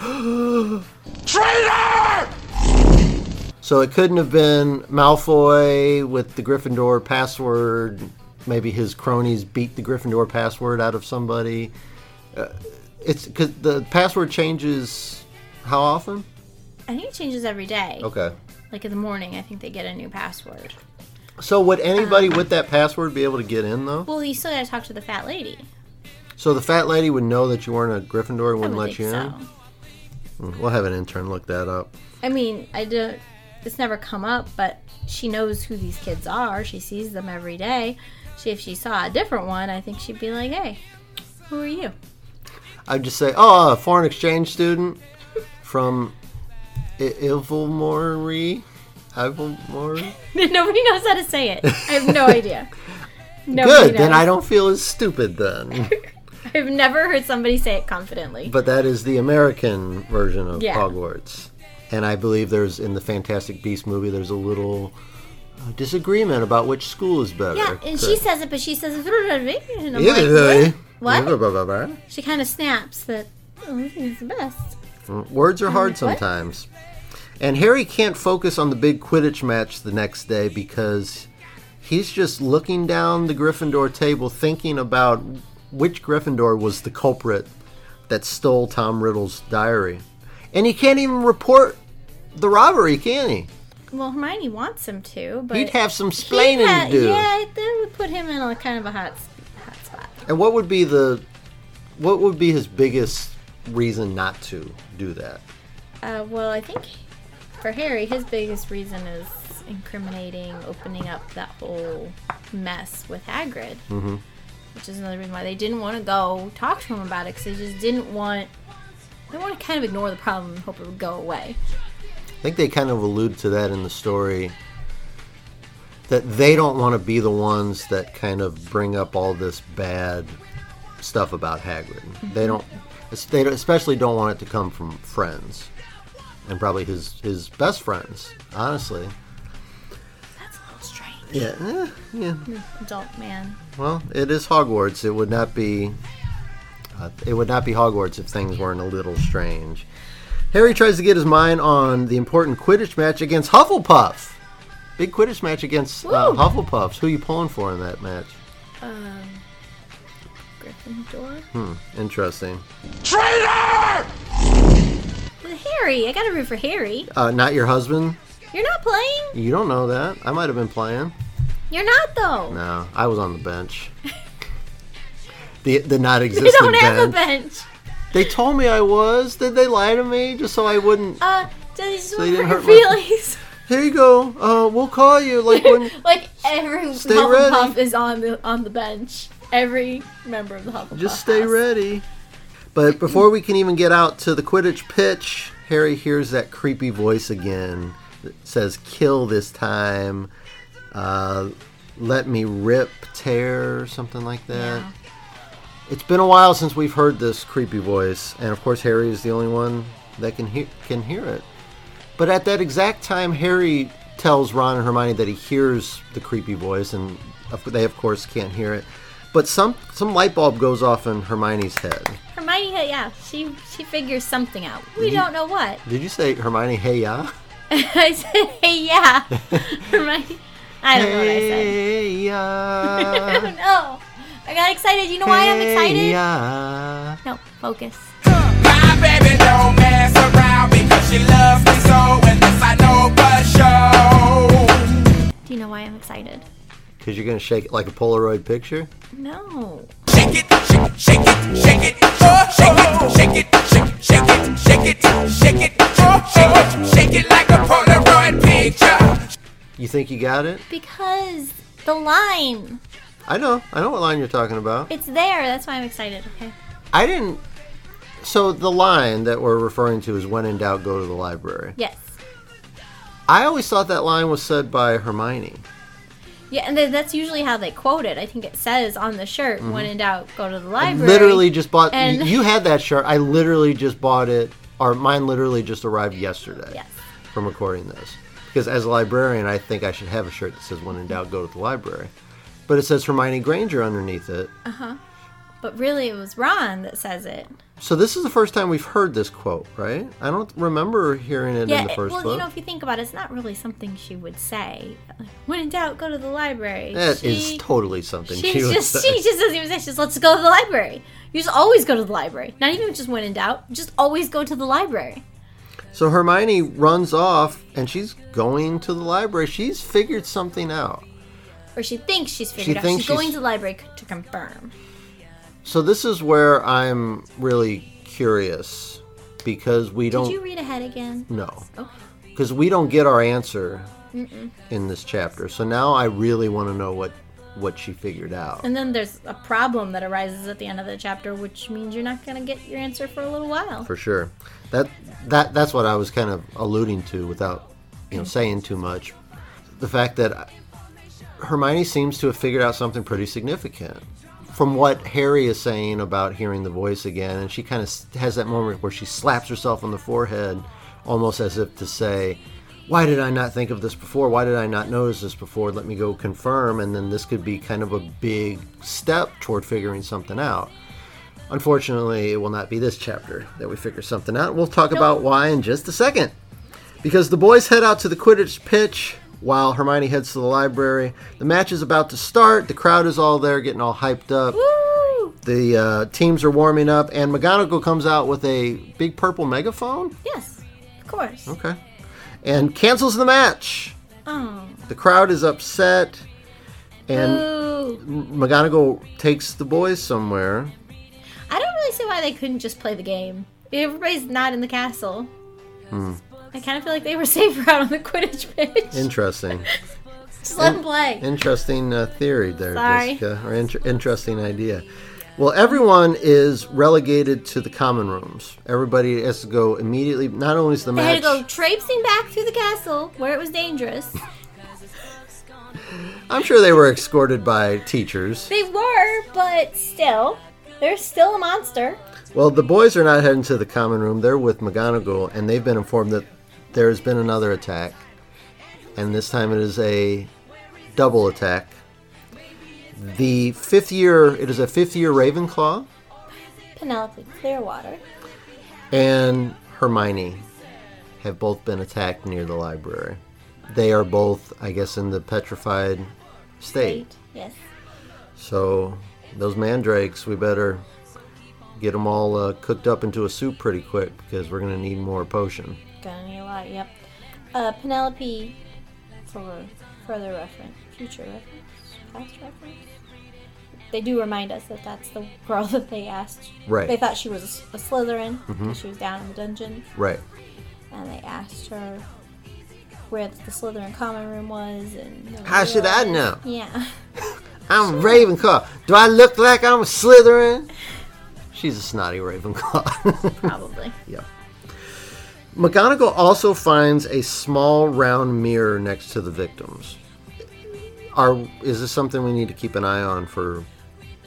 Speaker 2: So it couldn't have been Malfoy with the Gryffindor password. Maybe his cronies beat the Gryffindor password out of somebody. Uh, it's because the password changes how often?
Speaker 3: I think it changes every day.
Speaker 2: Okay.
Speaker 3: Like in the morning, I think they get a new password.
Speaker 2: So would
Speaker 3: Um,
Speaker 2: anybody with that password be able to get in though?
Speaker 3: Well, you still gotta talk to the fat lady.
Speaker 2: So the fat lady would know that you weren't a Gryffindor and
Speaker 3: I
Speaker 2: wouldn't
Speaker 3: would
Speaker 2: let
Speaker 3: think
Speaker 2: you
Speaker 3: so.
Speaker 2: in. Mm, We'll have an intern look that up.
Speaker 3: I mean, I don't. It's never come up, but she knows who these kids are. She sees them every day. She, if she saw a different one, I think she'd be like, "Hey, who are you?" <laughs>
Speaker 2: I'd just say, "Oh, a foreign exchange student from I- Ilvermorny."
Speaker 3: <laughs>
Speaker 2: Ilvermorny.
Speaker 3: Nobody knows how to say it. I have no <laughs> idea. Nobody
Speaker 2: Good. Then
Speaker 3: knows.
Speaker 2: I don't feel as stupid
Speaker 3: <laughs>
Speaker 2: then.
Speaker 3: I've never heard somebody say it confidently.
Speaker 2: But that is the American version of
Speaker 3: Yeah.
Speaker 2: Hogwarts. And I believe there's in the Fantastic Beast movie there's a little uh, disagreement about which school is better.
Speaker 3: yeah, and
Speaker 2: So-
Speaker 3: she says it, but she says and I'm
Speaker 2: Yeah.
Speaker 3: like, "What?" what?
Speaker 2: Blah, blah, blah, blah.
Speaker 3: She kind of snaps that. Oh, this is the best.
Speaker 2: Mm, Words are
Speaker 3: I'm
Speaker 2: hard
Speaker 3: like, what?
Speaker 2: sometimes. And Harry can't focus on the big Quidditch match the next day because he's just looking down the Gryffindor table thinking about which Gryffindor was the culprit that stole Tom Riddle's diary. And he can't even report the robbery, can he?
Speaker 3: Well, Hermione wants him to, but
Speaker 2: He'd have some
Speaker 3: He'd
Speaker 2: splaining
Speaker 3: ha-
Speaker 2: to do.
Speaker 3: Yeah, that would put him in a kind of a hot, hot spot.
Speaker 2: And what would be the what would be his biggest reason not to do that?
Speaker 3: Uh, well, I think for Harry, his biggest reason is incriminating, opening up that whole mess with Hagrid,
Speaker 2: Mhm.
Speaker 3: which is another reason why they didn't want to go talk to him about it because they just didn't want. They want to kind of ignore the problem and hope it would go away.
Speaker 2: I think they kind of allude to that in the story that they don't want to be the ones that kind of bring up all this bad stuff about Hagrid. They don't es- they don't- especially don't want it to come from friends and probably his his best friends, honestly.
Speaker 3: That's a little strange.
Speaker 2: Yeah. eh, yeah.
Speaker 3: Adult man.
Speaker 2: Well, it is Hogwarts. It would not be. Uh, it would not be Hogwarts if things weren't a little strange. Harry tries to get his mind on the important Quidditch match against Hufflepuff. Big Quidditch match against uh,
Speaker 3: Woo!
Speaker 2: Hufflepuffs. Who you pulling for in that match?
Speaker 3: Um, Gryffindor.
Speaker 2: Hmm. Interesting.
Speaker 3: Traitor! Harry. I gotta root for Harry.
Speaker 2: Uh, not your husband.
Speaker 3: You're not playing.
Speaker 2: You don't know that. I might have been playing.
Speaker 3: You're not <laughs> though.
Speaker 2: No, I was on the bench.
Speaker 3: <laughs>
Speaker 2: the the not
Speaker 3: they
Speaker 2: existent
Speaker 3: don't have a
Speaker 2: bench.
Speaker 3: bench.
Speaker 2: They told me I was. Did they lie to me just so I wouldn't?
Speaker 3: Uh, they just
Speaker 2: they
Speaker 3: want to
Speaker 2: didn't
Speaker 3: hurt
Speaker 2: hurt
Speaker 3: your
Speaker 2: my-
Speaker 3: feelings.
Speaker 2: Here you go. Uh, we'll call you like
Speaker 3: <laughs>
Speaker 2: when.
Speaker 3: like every
Speaker 2: Stay
Speaker 3: Hufflepuff
Speaker 2: ready.
Speaker 3: is on the on the bench. Every member of the Hufflepuff.
Speaker 2: Just stay
Speaker 3: house.
Speaker 2: ready. But before we can even get out to the Quidditch pitch, Harry hears that creepy voice again that says, kill this time. Uh, let me rip, tear, something like that. It's been a while since we've heard this creepy voice, and of course, Harry is the only one that can, he- can hear it. But at that exact time, Harry tells Ron and Hermione that he hears the creepy voice, and of- they, of course, can't hear it. But some some light bulb goes off in Hermione's head.
Speaker 3: Hermione, yeah, she she figures something out. We don't know what. <laughs>
Speaker 2: Did you say Hermione? Hey ya,
Speaker 3: I said, hey,
Speaker 2: <laughs>
Speaker 3: yeah. Hermione, I don't know what I said.
Speaker 2: hey
Speaker 3: I
Speaker 2: ya,
Speaker 3: don't know. I got excited. You know <laughs> why I'm
Speaker 2: hey
Speaker 3: excited?
Speaker 2: ya.
Speaker 3: No, focus.
Speaker 12: My baby don't mess around because she loves me so, and this I know for sure.
Speaker 3: Do you know why I'm excited?
Speaker 2: Cause you're gonna shake it like a Polaroid picture.
Speaker 3: No.
Speaker 12: Shake it, shake, shake it, shake it, oh, shake it, shake it, shake, shake it, shake it, shake it, oh, shake it, shake it like a Polaroid picture.
Speaker 2: You think you got it?
Speaker 3: Because the line.
Speaker 2: I know. I know what line you're talking about.
Speaker 3: It's there. That's why I'm excited. Okay.
Speaker 2: I didn't. So the line that we're referring to is "When in doubt, go to the library."
Speaker 3: Yes.
Speaker 2: I always thought that line was said by Hermione.
Speaker 3: Yeah, and then that's usually how they quote it. I think it says on the shirt, when in doubt, go to the library.
Speaker 2: Mm-hmm. Literally just bought.
Speaker 3: And-
Speaker 2: you, you had that shirt. I literally just bought it, or mine literally just arrived yesterday.
Speaker 3: <laughs> Yes.
Speaker 2: From recording this, because as a librarian, I think I should have a shirt that says "When in doubt, go to the library," but it says Hermione Granger underneath it.
Speaker 3: Uh huh. But really, it was Ron that says it.
Speaker 2: So this is the first time we've heard this quote, right? I don't remember hearing it in the
Speaker 3: it-
Speaker 2: first
Speaker 3: well,
Speaker 2: book.
Speaker 3: you know, if you think about it, it's not really something she would say. Like, when in doubt, go to the library.
Speaker 2: that is
Speaker 3: she,
Speaker 2: totally something
Speaker 3: She
Speaker 2: she would
Speaker 3: just
Speaker 2: say.
Speaker 3: she just doesn't even say. She's let's go to the library. You just always go to the library. Not even just when in doubt. Just always go to the library.
Speaker 2: So Hermione runs off, and she's going to the library. She's figured something out.
Speaker 3: Or she thinks she's figured out.
Speaker 2: thinks
Speaker 3: She's going
Speaker 2: she's-
Speaker 3: to the library c- to confirm.
Speaker 2: So this is where I'm really curious because we
Speaker 3: Did
Speaker 2: don't
Speaker 3: you read ahead again?
Speaker 2: no
Speaker 3: Okay.
Speaker 2: because we don't get our answer
Speaker 3: Mm-mm.
Speaker 2: in this chapter. So now I really want to know what what she figured out.
Speaker 3: And then there's a problem that arises at the end of the chapter, which means you're not going to get your answer for a little while.
Speaker 2: for sure. That that that's what I was kind of alluding to without you know saying too much. The fact that Hermione seems to have figured out something pretty significant from what Harry is saying about hearing the voice again, and she kind of has that moment where she slaps herself on the forehead, almost as if to say. Why did I not think of this before? Why did I not notice this before? Let me go confirm, and then this could be kind of a big step toward figuring something out. Unfortunately, it will not be this chapter that we figure something out. We'll talk about why in just a second. Because the boys head out to the Quidditch pitch while Hermione heads to the library. The match is about to start. The crowd is all there getting all hyped up. The uh, teams are warming up, and McGonagall comes out with a big purple megaphone.
Speaker 3: Yes, of course.
Speaker 2: Okay. And cancels the match.
Speaker 3: Oh.
Speaker 2: The crowd is upset, and
Speaker 3: Boo.
Speaker 2: McGonagall takes the boys somewhere.
Speaker 3: I don't really see why they couldn't just play the game. Everybody's not in the castle.
Speaker 2: Hmm.
Speaker 3: I kind of feel like they were <laughs> safer out on the Quidditch pitch.
Speaker 2: Interesting.
Speaker 3: just let them play.
Speaker 2: Interesting uh, theory there,
Speaker 3: Sorry.
Speaker 2: Jessica, or inter- interesting idea. Well, everyone is relegated to the common rooms. Everybody has to go immediately. Not only is the
Speaker 3: they had to
Speaker 2: match,
Speaker 3: go traipsing back through the castle where it was dangerous.
Speaker 2: I'm sure they were escorted by teachers.
Speaker 3: they were, but still, there's still a monster.
Speaker 2: Well, the boys are not heading to the common room. They're with McGonagall, and they've been informed that there has been another attack, and this time it is a double attack. The fifth year, it is a fifth year Ravenclaw
Speaker 3: Penelope Clearwater.
Speaker 2: and Hermione have both been attacked near the library. They are both, I guess, in the petrified state.
Speaker 3: Yes.
Speaker 2: So those mandrakes, we better Get them all uh, cooked up into a soup pretty quick because we're gonna need more potion.
Speaker 3: Gonna need a lot, yep. Uh, Penelope, for further reference, future reference, past reference. They do remind us that that's the girl <laughs> that they asked.
Speaker 2: Right.
Speaker 3: They thought she was a Slytherin. 'cause
Speaker 2: Mhm.
Speaker 3: She was down in the dungeon.
Speaker 2: Right.
Speaker 3: And they asked her where the Slytherin common room was. and
Speaker 2: How should I know?
Speaker 3: Yeah. <laughs>
Speaker 2: I'm Ravenclaw. Do I look like I'm Slytherin? She's a snotty Ravenclaw. <laughs>
Speaker 3: Probably.
Speaker 2: yeah. McGonagall also finds a small round mirror next to the victims. Are is this something we need to keep an eye on for?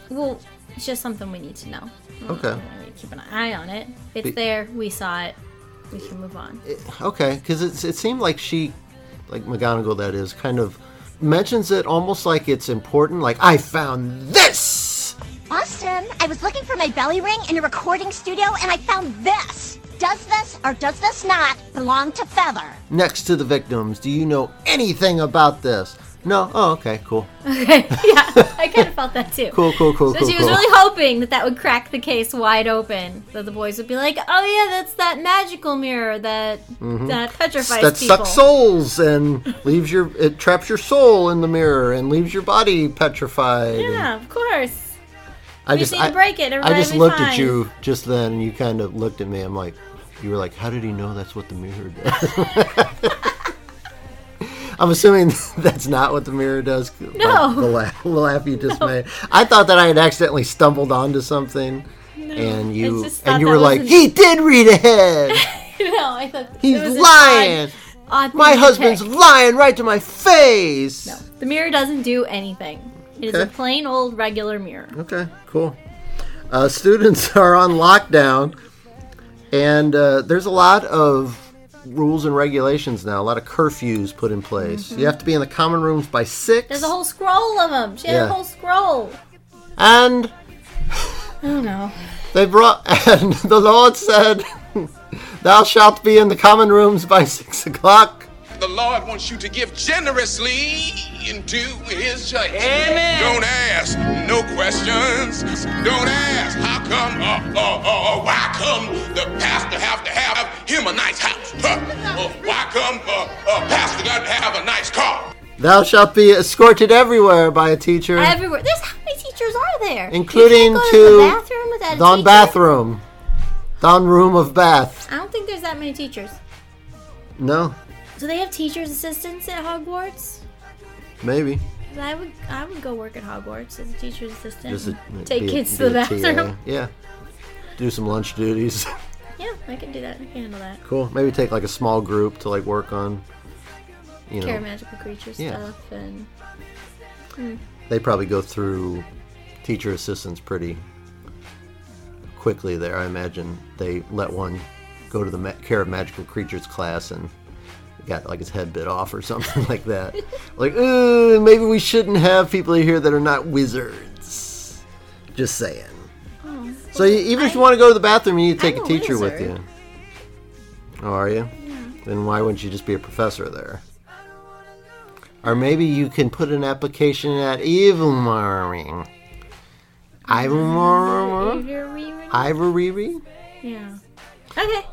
Speaker 3: Well, it's just something we need to know. Mm,
Speaker 2: Okay.
Speaker 3: We keep an eye on it. It's
Speaker 2: Be-
Speaker 3: there. We saw it. We can move on.
Speaker 2: Okay, because it it seemed like she, like McGonagall, that is, kind of mentions it almost like it's important. Like I found this.
Speaker 13: Awesome! I was looking for my belly ring in a recording studio and I found this! Does this or does this not belong to Feather?
Speaker 2: next to the victims. Do you know anything about this? No. Oh, okay, cool.
Speaker 3: Okay, <laughs> yeah, I kind of felt that too.
Speaker 2: Cool, cool, cool,
Speaker 3: So
Speaker 2: cool,
Speaker 3: she was
Speaker 2: cool.
Speaker 3: really hoping that that would crack the case wide open. That the boys would be like, "Oh yeah, that's that magical mirror that
Speaker 2: Mhm.
Speaker 3: that petrifies
Speaker 2: that
Speaker 3: people."
Speaker 2: sucks souls and leaves your it traps your soul in the mirror and leaves your body petrified.
Speaker 3: Yeah, of course. <laughs>
Speaker 2: I
Speaker 3: we
Speaker 2: just
Speaker 3: just need to
Speaker 2: I,
Speaker 3: break it.
Speaker 2: I
Speaker 3: Everybody
Speaker 2: just
Speaker 3: be
Speaker 2: looked at
Speaker 3: fine.
Speaker 2: you just then, and you kind of looked at me. I'm like, you were like, how did he know that's what the mirror does? <laughs> I'm assuming <laughs> that's not what the mirror does. like,
Speaker 12: No.
Speaker 2: the laugh, the laugh you just made. I thought that I had accidentally stumbled onto something,
Speaker 3: No, I
Speaker 2: and you
Speaker 3: just thought
Speaker 2: and you
Speaker 3: that
Speaker 2: were like,
Speaker 3: was an-
Speaker 2: he did read
Speaker 3: <laughs>
Speaker 2: ahead.
Speaker 3: no, I thought it
Speaker 2: He's
Speaker 3: was an
Speaker 2: lying.
Speaker 3: odd- odd
Speaker 2: My
Speaker 3: thing to
Speaker 2: husband's
Speaker 3: pick.
Speaker 2: lying right to my face.
Speaker 3: No, the mirror doesn't do anything. It is a
Speaker 2: Okay.
Speaker 3: plain old regular mirror.
Speaker 2: Okay, cool. Uh, students <laughs> are on lockdown, and uh, there's a lot of rules and regulations now. A lot of curfews put in place.
Speaker 3: Mhm.
Speaker 2: You have to be in the common rooms by six,
Speaker 3: There's a whole scroll of them. She had
Speaker 2: Yeah.
Speaker 3: a whole scroll.
Speaker 2: and
Speaker 3: <sighs> Oh no.
Speaker 2: they brought <laughs> and the Lord said, <laughs> "Thou shalt be in the common rooms by six o'clock."
Speaker 14: The Lord wants you to give generously into His church. Don't ask no questions. Don't ask how come uh, or, or, or, or why come the pastor have to have him a nice house. Huh? Or why come uh, a pastor got to have a nice car?
Speaker 2: Thou shalt be escorted everywhere by a teacher,
Speaker 3: Everywhere. There's how many teachers are there? You
Speaker 2: including
Speaker 3: can't go to the
Speaker 2: to
Speaker 3: bathroom without a
Speaker 2: don
Speaker 3: teacher?
Speaker 2: bathroom, don room of bath.
Speaker 3: I don't think there's that many teachers.
Speaker 2: No,
Speaker 3: Do they have teachers assistants at Hogwarts?
Speaker 2: maybe.
Speaker 3: 'Cause I would I would go work at Hogwarts as a teacher's assistant.
Speaker 2: Just a-
Speaker 3: Take
Speaker 2: be a-
Speaker 3: kids to
Speaker 2: be
Speaker 3: the
Speaker 2: a TA,
Speaker 3: bathroom.
Speaker 2: Yeah. Do some lunch duties. <laughs>
Speaker 3: <laughs> Yeah, I can do that. I can handle that.
Speaker 2: cool. Maybe take like a small group to like work on. You know,
Speaker 3: Care magical creature
Speaker 2: Yeah.
Speaker 3: stuff and Hmm.
Speaker 2: they probably go through teacher assistants pretty quickly there. I imagine they let one go to the ma- care of magical creatures class and got like his head bit off or something <laughs> like that. Like, ooh, maybe we shouldn't have people here that are not wizards. Just saying.
Speaker 3: Oh.
Speaker 2: So you, even if you want to go to the bathroom, you need to take
Speaker 3: I'm
Speaker 2: a
Speaker 3: a
Speaker 2: teacher with you.
Speaker 3: wizard.
Speaker 2: Oh, are you? Then why wouldn't you just be a professor there? Or maybe you can put an application at Evilmaring. Ivory, Ivory.
Speaker 3: Yeah. Okay.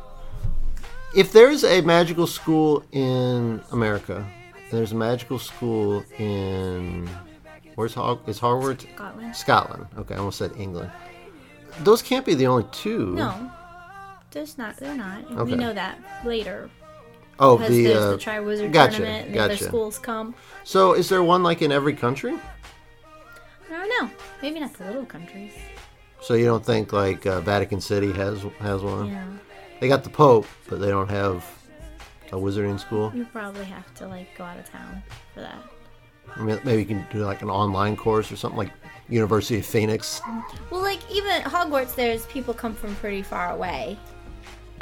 Speaker 2: If there's a magical school in America, and there's a magical school in where's Hog? Is Harvard?
Speaker 3: Scotland.
Speaker 2: Scotland. Okay, I almost said England. Those can't be the only two.
Speaker 3: No. There's not they're not. And
Speaker 2: Okay.
Speaker 3: We know that later.
Speaker 2: Oh,
Speaker 3: because
Speaker 2: the,
Speaker 3: there's
Speaker 2: uh,
Speaker 3: the Triwizard
Speaker 2: gotcha,
Speaker 3: tournament and the
Speaker 2: gotcha.
Speaker 3: other schools come.
Speaker 2: So, is there one like in every country?
Speaker 3: I don't know. Maybe not the little countries.
Speaker 2: So you don't think like uh, Vatican City has has one?
Speaker 3: Yeah.
Speaker 2: They got the Pope, but they don't have a wizarding school.
Speaker 3: You probably have to like go out of town for that.
Speaker 2: I mean, maybe you can do like an online course or something like University of Phoenix.
Speaker 3: Well, like even at Hogwarts, there's people come from pretty far away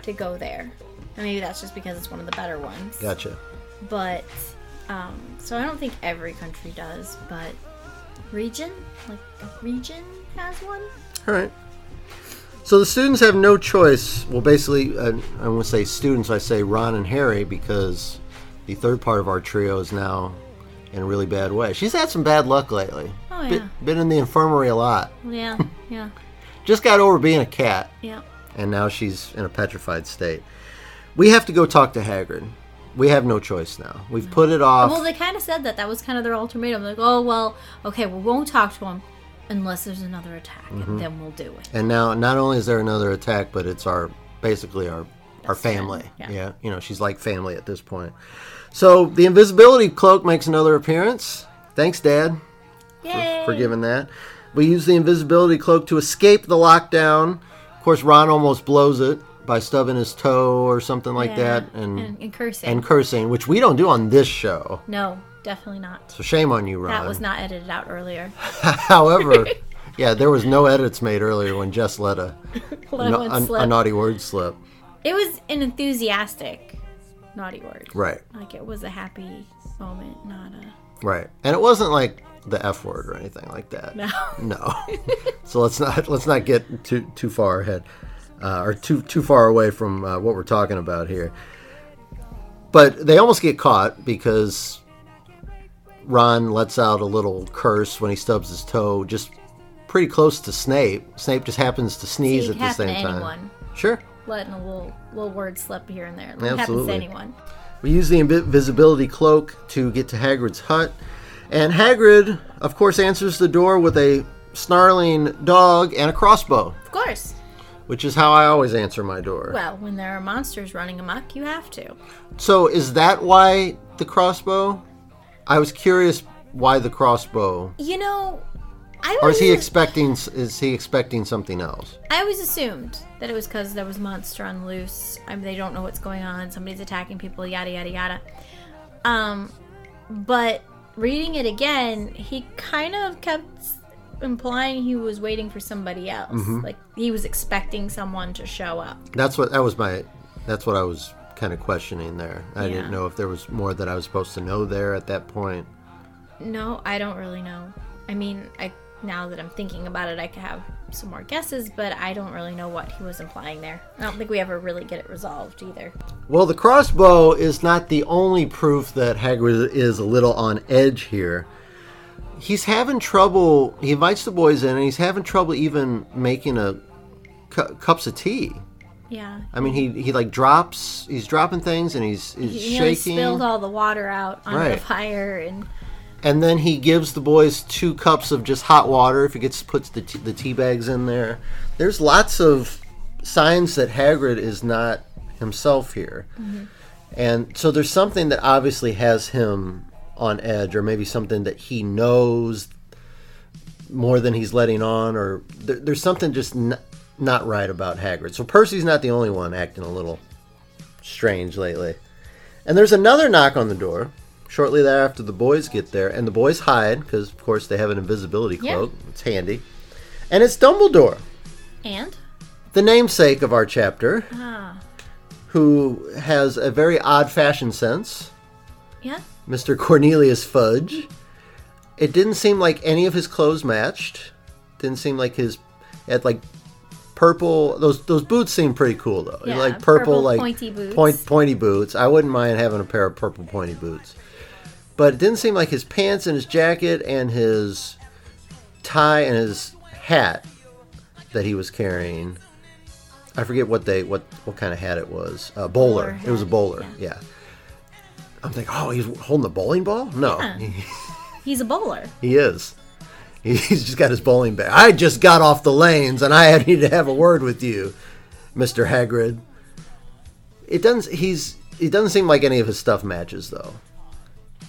Speaker 3: to go there. And maybe that's just because it's one of the better ones.
Speaker 2: Gotcha.
Speaker 3: But um, so I don't think every country does, but region, like a region has one.
Speaker 2: All right. So the students have no choice. Well, basically, uh, I won't say students. I say Ron and Harry because the third part of our trio is now in a really bad way. She's had some bad luck lately.
Speaker 3: Oh,
Speaker 2: Been-
Speaker 3: yeah.
Speaker 2: <laughs> been in the infirmary a lot.
Speaker 3: Yeah, yeah.
Speaker 2: just got over being a cat,
Speaker 3: Yeah.
Speaker 2: and now she's in a petrified state. We have to go talk to Hagrid. We have no choice now. We've put it off.
Speaker 3: Well, they kind of said that. That was kind of their ultimatum. Like, oh, well, okay, we won't talk to him unless there's another attack,
Speaker 2: Mhm.
Speaker 3: and then we'll do it.
Speaker 2: And now, not only is there another attack, but it's our basically our our family.
Speaker 3: yeah.
Speaker 2: you know, she's like family at this point. So the invisibility cloak makes another appearance. Thanks, Dad,
Speaker 3: Yay!
Speaker 2: for giving that. We use the invisibility cloak to escape the lockdown. Of course, Ron almost blows it by stubbing his toe or something like
Speaker 3: Yeah,
Speaker 2: that, and
Speaker 3: and- and cursing.
Speaker 2: and cursing, which we don't do on this show.
Speaker 3: No, definitely not.
Speaker 2: So shame on you, Ron.
Speaker 3: That was not edited out
Speaker 2: <sighs>
Speaker 3: earlier.
Speaker 2: <laughs>
Speaker 3: <laughs>
Speaker 2: However, yeah, there was no edits made earlier when Jess let a,
Speaker 3: Let
Speaker 2: a,
Speaker 3: one
Speaker 2: a- a
Speaker 3: slip.
Speaker 2: naughty word slip.
Speaker 3: It was an enthusiastic naughty word.
Speaker 2: Right.
Speaker 3: Like it was a happy moment, not a.
Speaker 2: Right. And it wasn't like the F word or anything like that.
Speaker 3: No. <laughs>
Speaker 2: No. so let's not let's not get too too far ahead uh, or too too far away from uh, what we're talking about here. But they almost get caught because Ron lets out a little curse when he stubs his toe just pretty close to Snape. Snape just happens to sneeze
Speaker 3: See, it
Speaker 2: at the
Speaker 3: can
Speaker 2: same
Speaker 3: happen to
Speaker 2: time.
Speaker 3: anyone.
Speaker 2: Sure.
Speaker 3: Letting a little little word slip here and there. It happens to
Speaker 2: Absolutely.
Speaker 3: anyone.
Speaker 2: We use the invisibility cloak to get to Hagrid's hut, and Hagrid, of course, answers the door with a snarling dog and a crossbow,
Speaker 3: Of course.
Speaker 2: which is how I always answer my door.
Speaker 3: Well, when there are monsters running amok, you have to.
Speaker 2: So, is that why the crossbow? I was curious why the crossbow,
Speaker 3: You know, I
Speaker 2: or
Speaker 3: was
Speaker 2: is he expecting? Is he expecting something else?
Speaker 3: I always assumed that it was because there was a monster on loose. I mean, they don't know what's going on. Somebody's attacking people. Yada yada yada. Um, but reading it again, he kind of kept implying he was waiting for somebody else.
Speaker 2: Mhm.
Speaker 3: Like he was expecting someone to show up.
Speaker 2: That's what that was my. That's what I was kind of questioning there. I
Speaker 3: Yeah.
Speaker 2: didn't know if there was more that I was supposed to know there at that point.
Speaker 3: No, I don't really know. I mean, I now that I'm thinking about it, I could have some more guesses, but I don't really know what he was implying there. I don't think we ever really get it resolved either.
Speaker 2: Well, the crossbow is not the only proof that Hagrid is a little on edge here. He's having trouble. He invites the boys in, and he's having trouble even making a cu- cups of tea.
Speaker 3: Yeah.
Speaker 2: I mean, he he like drops. He's dropping things, and he's, he's
Speaker 3: He nearly
Speaker 2: shaking.
Speaker 3: spilled all the water out onto the
Speaker 2: Right.
Speaker 3: fire, and
Speaker 2: and then he gives the boys two cups of just hot water. If he gets puts the t- the tea bags in there, there's lots of signs that Hagrid is not himself here. And so there's something that obviously has him on edge, or maybe something that he knows more than he's letting on, or there, there's something just n- not right about Hagrid. So Percy's not the only one acting a little strange lately. And there's another knock on the door shortly thereafter. The boys get there, and the boys hide because, of course, they have an invisibility
Speaker 3: Yeah.
Speaker 2: cloak. It's handy. And it's Dumbledore,
Speaker 3: and
Speaker 2: the namesake of our chapter,
Speaker 3: ah,
Speaker 2: who has a very odd fashion sense.
Speaker 3: yeah,
Speaker 2: Mr. Cornelius Fudge. It didn't seem like any of his clothes matched. Didn't seem like his he had like purple those those boots seem pretty cool though.
Speaker 3: Yeah,
Speaker 2: like purple,
Speaker 3: purple
Speaker 2: like
Speaker 3: pointy boots.
Speaker 2: point- pointy boots. I wouldn't mind having a pair of purple pointy boots. But it didn't seem like his pants and his jacket and his tie and his hat that he was carrying. I forget what they what what kind of hat it was. A bowler.
Speaker 3: Bowler
Speaker 2: it was a
Speaker 3: hat,
Speaker 2: bowler. yeah. I'm thinking, oh, he's holding a bowling ball? No,
Speaker 3: Yeah.
Speaker 2: he,
Speaker 3: he's a bowler.
Speaker 2: he is. <laughs> He's just got his bowling bag. I just got off the lanes and I <laughs> need to have a word with you, Mister Hagrid. It doesn't. He's. It doesn't seem like any of his stuff matches though.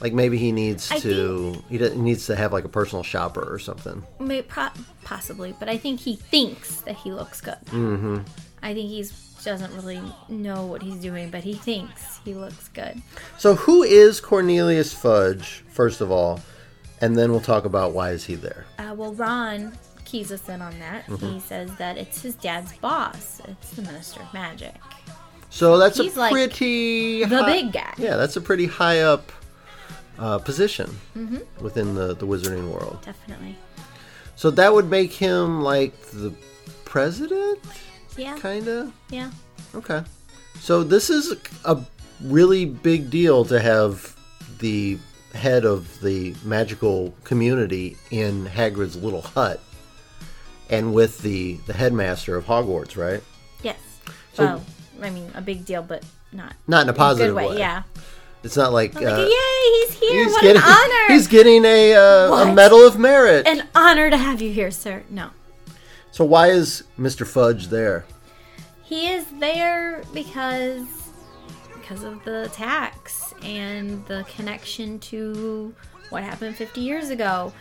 Speaker 2: Like maybe he needs
Speaker 3: I
Speaker 2: to. He does, needs to have like a personal shopper or something.
Speaker 3: May pro- possibly, but I think he thinks that he looks good.
Speaker 2: Mm-hmm.
Speaker 3: I think he's doesn't really know what he's doing, but he thinks he looks good.
Speaker 2: So who is Cornelius Fudge first of all, and then we'll talk about why is he there.
Speaker 3: Uh, well, Ron keys us in on that.
Speaker 2: Mhm.
Speaker 3: He says that it's his dad's boss. It's the Minister of Magic.
Speaker 2: So that's
Speaker 3: He's
Speaker 2: a
Speaker 3: like
Speaker 2: pretty
Speaker 3: the
Speaker 2: hi-
Speaker 3: big guy.
Speaker 2: Yeah, that's a pretty high up uh, position
Speaker 3: Mm-hmm.
Speaker 2: within the the wizarding world.
Speaker 3: Definitely.
Speaker 2: So that would make him like the president.
Speaker 3: Yeah.
Speaker 2: Kinda.
Speaker 3: Yeah.
Speaker 2: Okay. So this is a really big deal to have the head of the magical community in Hagrid's little hut. and with the the headmaster of Hogwarts, right?
Speaker 3: Yes.
Speaker 2: So-
Speaker 3: well, I mean, a big deal, but not
Speaker 2: Not in a
Speaker 3: good
Speaker 2: positive way.
Speaker 3: Yeah.
Speaker 2: It's not like,
Speaker 3: I'm like,
Speaker 2: uh,
Speaker 3: yay, he's here!
Speaker 2: he's
Speaker 3: what
Speaker 2: getting <laughs>
Speaker 3: an honor!
Speaker 2: he's getting a uh, a
Speaker 3: What?
Speaker 2: medal of merit.
Speaker 3: An honor to have you here, sir. No.
Speaker 2: so why is Mr. Fudge there?
Speaker 3: He is there because because of the attacks and the connection to what happened 50 years ago.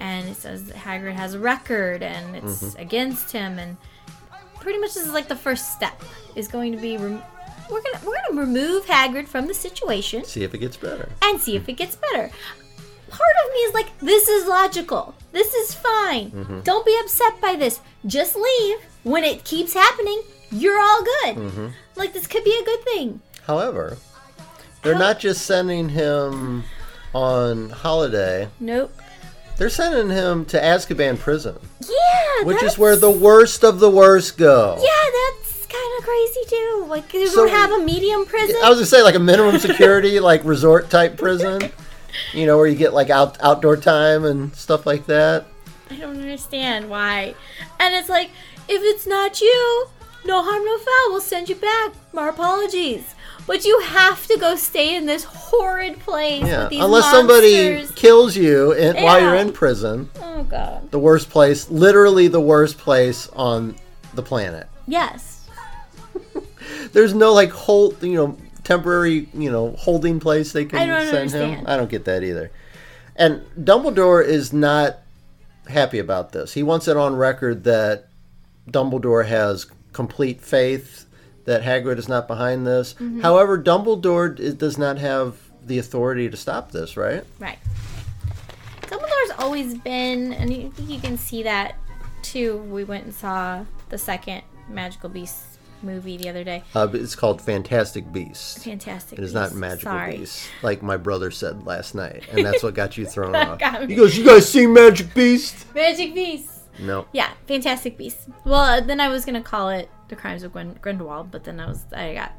Speaker 3: And it says that Hagrid has a record and it's
Speaker 2: Mm-hmm.
Speaker 15: Mhm.
Speaker 3: against him. And pretty much this is like the first step is going to be rem- we're gonna we're gonna remove Hagrid from the situation
Speaker 2: See if it gets better.
Speaker 3: and see if it gets better. Part of me is like, this is logical. This is fine.
Speaker 2: Mhm.
Speaker 3: Don't be upset by this. Just leave. When it keeps happening, you're all good.
Speaker 2: Mhm.
Speaker 3: Like, this could be a good thing.
Speaker 2: However, they're not just sending him on holiday.
Speaker 3: Nope.
Speaker 2: They're sending him to Azkaban prison,
Speaker 3: Yeah.
Speaker 2: which
Speaker 3: that's-
Speaker 2: is where the worst of the worst go.
Speaker 3: Yeah, that's kind of crazy, too. Like, you
Speaker 2: So-
Speaker 3: don't have a medium prison.
Speaker 2: I was gonna say like a minimum security, <laughs> like resort type prison. You know, where you get like out outdoor time and stuff like that.
Speaker 3: I don't understand why. And it's like, if it's not you, no harm, no foul. We'll send you back. Our apologies. But you have to go stay in this horrid place
Speaker 2: Yeah.
Speaker 3: with these
Speaker 2: Unless somebody
Speaker 3: monsters.
Speaker 2: kills you in, while you're
Speaker 3: Yeah.
Speaker 2: in prison.
Speaker 3: Oh god.
Speaker 2: The worst place, literally the worst place on the planet.
Speaker 3: Yes.
Speaker 2: There's no like hold, you know, temporary, you know, holding place they can
Speaker 3: I don't
Speaker 2: send him.
Speaker 3: understand.
Speaker 2: I don't get that either. And Dumbledore is not happy about this. He wants it on record that Dumbledore has complete faith that Hagrid is not behind this.
Speaker 3: Mhm.
Speaker 2: However, Dumbledore d- does not have the authority to stop this, right?
Speaker 3: Right. Dumbledore's always been, and you, you can see that too. We went and saw the second Magical Beasts movie the other day.
Speaker 2: Uh, but it's called Fantastic Beasts.
Speaker 3: Fantastic
Speaker 2: It is not
Speaker 3: Beasts,
Speaker 2: Magical
Speaker 3: sorry.
Speaker 2: Beasts, like my brother said last
Speaker 3: <laughs>
Speaker 2: night, and that's what got you thrown off.
Speaker 3: Got me.
Speaker 2: He goes, "You guys seen Magic
Speaker 3: <laughs>
Speaker 2: Beast?"
Speaker 3: Magic Beasts.
Speaker 2: No.
Speaker 3: Yeah, Fantastic Beasts. Well, then I was gonna call it The Crimes of Gwen- Grindelwald, but then I was I got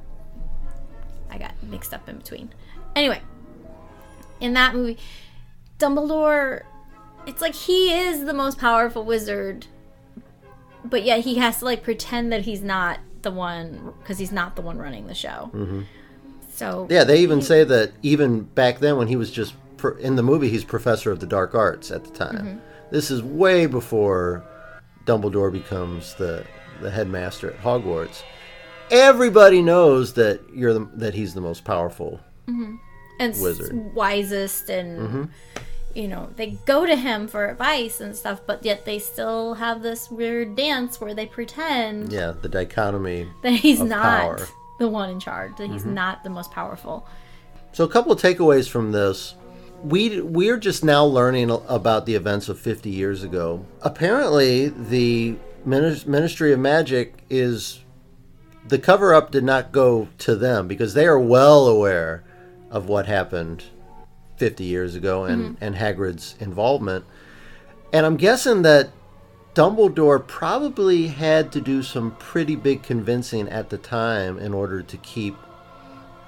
Speaker 3: I got mixed up in between. Anyway, in that movie, Dumbledore, it's like he is the most powerful wizard, but yet he has to like pretend that he's not the one because he's not the one running the show.
Speaker 2: hmm
Speaker 3: So
Speaker 2: Yeah, they even say that even back then when he was just pr- in the movie, he's professor of the dark arts at the time.
Speaker 3: Mhm.
Speaker 2: This is way before Dumbledore becomes the the headmaster at Hogwarts. Everybody knows that you're the, that he's the most powerful.
Speaker 3: hmm and s-
Speaker 2: Wizard.
Speaker 3: wisest and
Speaker 2: hmm
Speaker 3: you know, they go to him for advice and stuff, but yet they still have this weird dance where they pretend
Speaker 2: Yeah, the dichotomy
Speaker 3: that he's
Speaker 2: of
Speaker 3: not
Speaker 2: power.
Speaker 3: the one in charge, that he's
Speaker 2: Mhm.
Speaker 3: not the most powerful.
Speaker 2: So a couple of takeaways from this. We we're just now learning about the events of 50 years ago. Apparently, the Minis- Ministry of Magic is the cover up did not go to them because they are well aware of what happened 50 years ago and and Hagrid's involvement. And I'm guessing that Dumbledore probably had to do some pretty big convincing at the time in order to keep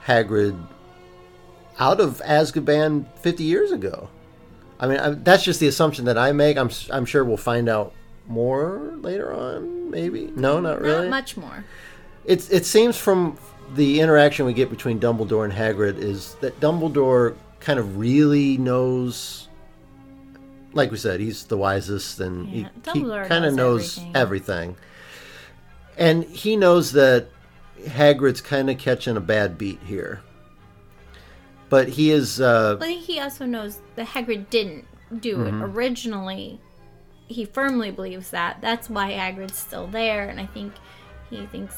Speaker 2: Hagrid out of Azkaban 50 years ago. I mean, I, that's just the assumption that I make. I'm, s- I'm sure we'll find out more later on, maybe. No, not really.
Speaker 3: Not much more.
Speaker 2: It's, it seems from the interaction we get between Dumbledore and Hagrid is that Dumbledore kind of really knows. Like we said, he's the wisest, and he- he,
Speaker 3: Dumbledore
Speaker 2: kind of
Speaker 3: knows
Speaker 2: knows everything. And he knows that Hagrid's kind of catching a bad beat here. But he is uh,
Speaker 3: But he also knows that Hagrid didn't do it
Speaker 2: Mhm.
Speaker 3: originally. He firmly believes that. That's why Hagrid's still there, and I think he thinks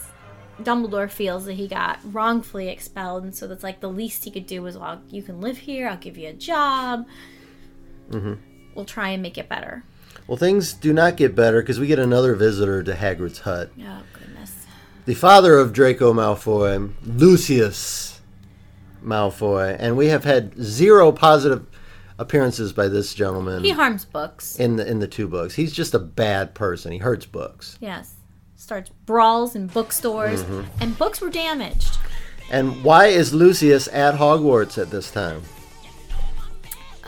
Speaker 3: Dumbledore feels that he got wrongfully expelled, and so that's like the least he could do is, well, you can live here. I'll give you a job.
Speaker 2: mhm.
Speaker 3: We'll try and make it better.
Speaker 2: Well, things do not get better because we get another visitor to Hagrid's hut.
Speaker 3: Oh goodness.
Speaker 2: The father of Draco Malfoy, Lucius Malfoy, and we have had zero positive appearances by this gentleman
Speaker 3: He harms books.
Speaker 2: in the in the two books. He's just a bad person. He hurts books.
Speaker 3: Yes. Starts brawls in bookstores,
Speaker 2: Mhm.
Speaker 3: and books were damaged.
Speaker 2: And why is Lucius at Hogwarts at this time?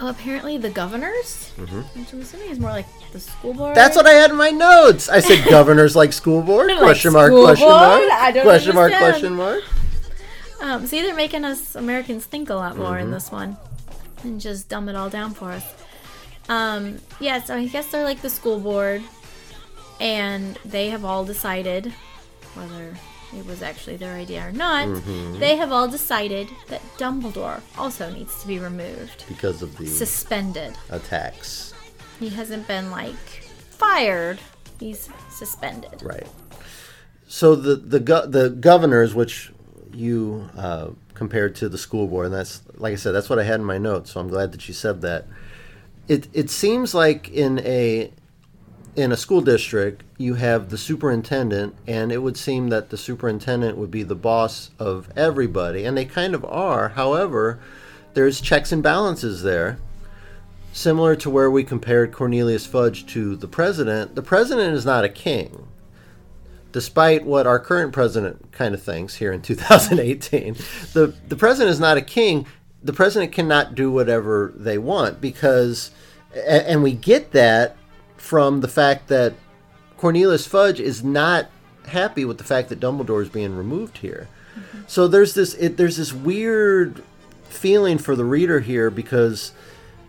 Speaker 3: Oh, apparently the governors.
Speaker 2: Mhm.
Speaker 3: Which I'm assuming is more like the school board.
Speaker 2: That's what I had in my notes. I
Speaker 3: <laughs>
Speaker 2: said governors like school board?
Speaker 3: Like
Speaker 2: question mark,
Speaker 3: school
Speaker 2: question
Speaker 3: board?
Speaker 2: mark.
Speaker 3: I don't
Speaker 2: question mark,
Speaker 3: understand.
Speaker 2: question mark.
Speaker 3: Um, so they're making us Americans think a lot more in
Speaker 2: Mhm.
Speaker 3: this one, and just dumb it all down for us. Um, yeah, so I guess they're like the school board, and they have all decided whether it was actually their idea or not.
Speaker 2: Mhm.
Speaker 3: They have all decided that Dumbledore also needs to be removed,
Speaker 2: Because of the
Speaker 3: suspended.
Speaker 2: attacks.
Speaker 3: He hasn't been like fired. He's suspended.
Speaker 2: Right. So the the go- the governors, which you uh, compared to the school board, and that's like I said, that's what I had in my notes. So I'm glad that you said that. It it seems like in a in a school district, you have the superintendent, and it would seem that the superintendent would be the boss of everybody, and they kind of are. However, there's checks and balances there. Similar to where we compared Cornelius Fudge to the president, the president is not a king. Despite what our current president kind of thinks here in <laughs> 2018, the, the president is not a king. The president cannot do whatever they want because, a- and we get that from the fact that Cornelius Fudge is not happy with the fact that Dumbledore is being removed here. So there's this it, there's this weird feeling for the reader here because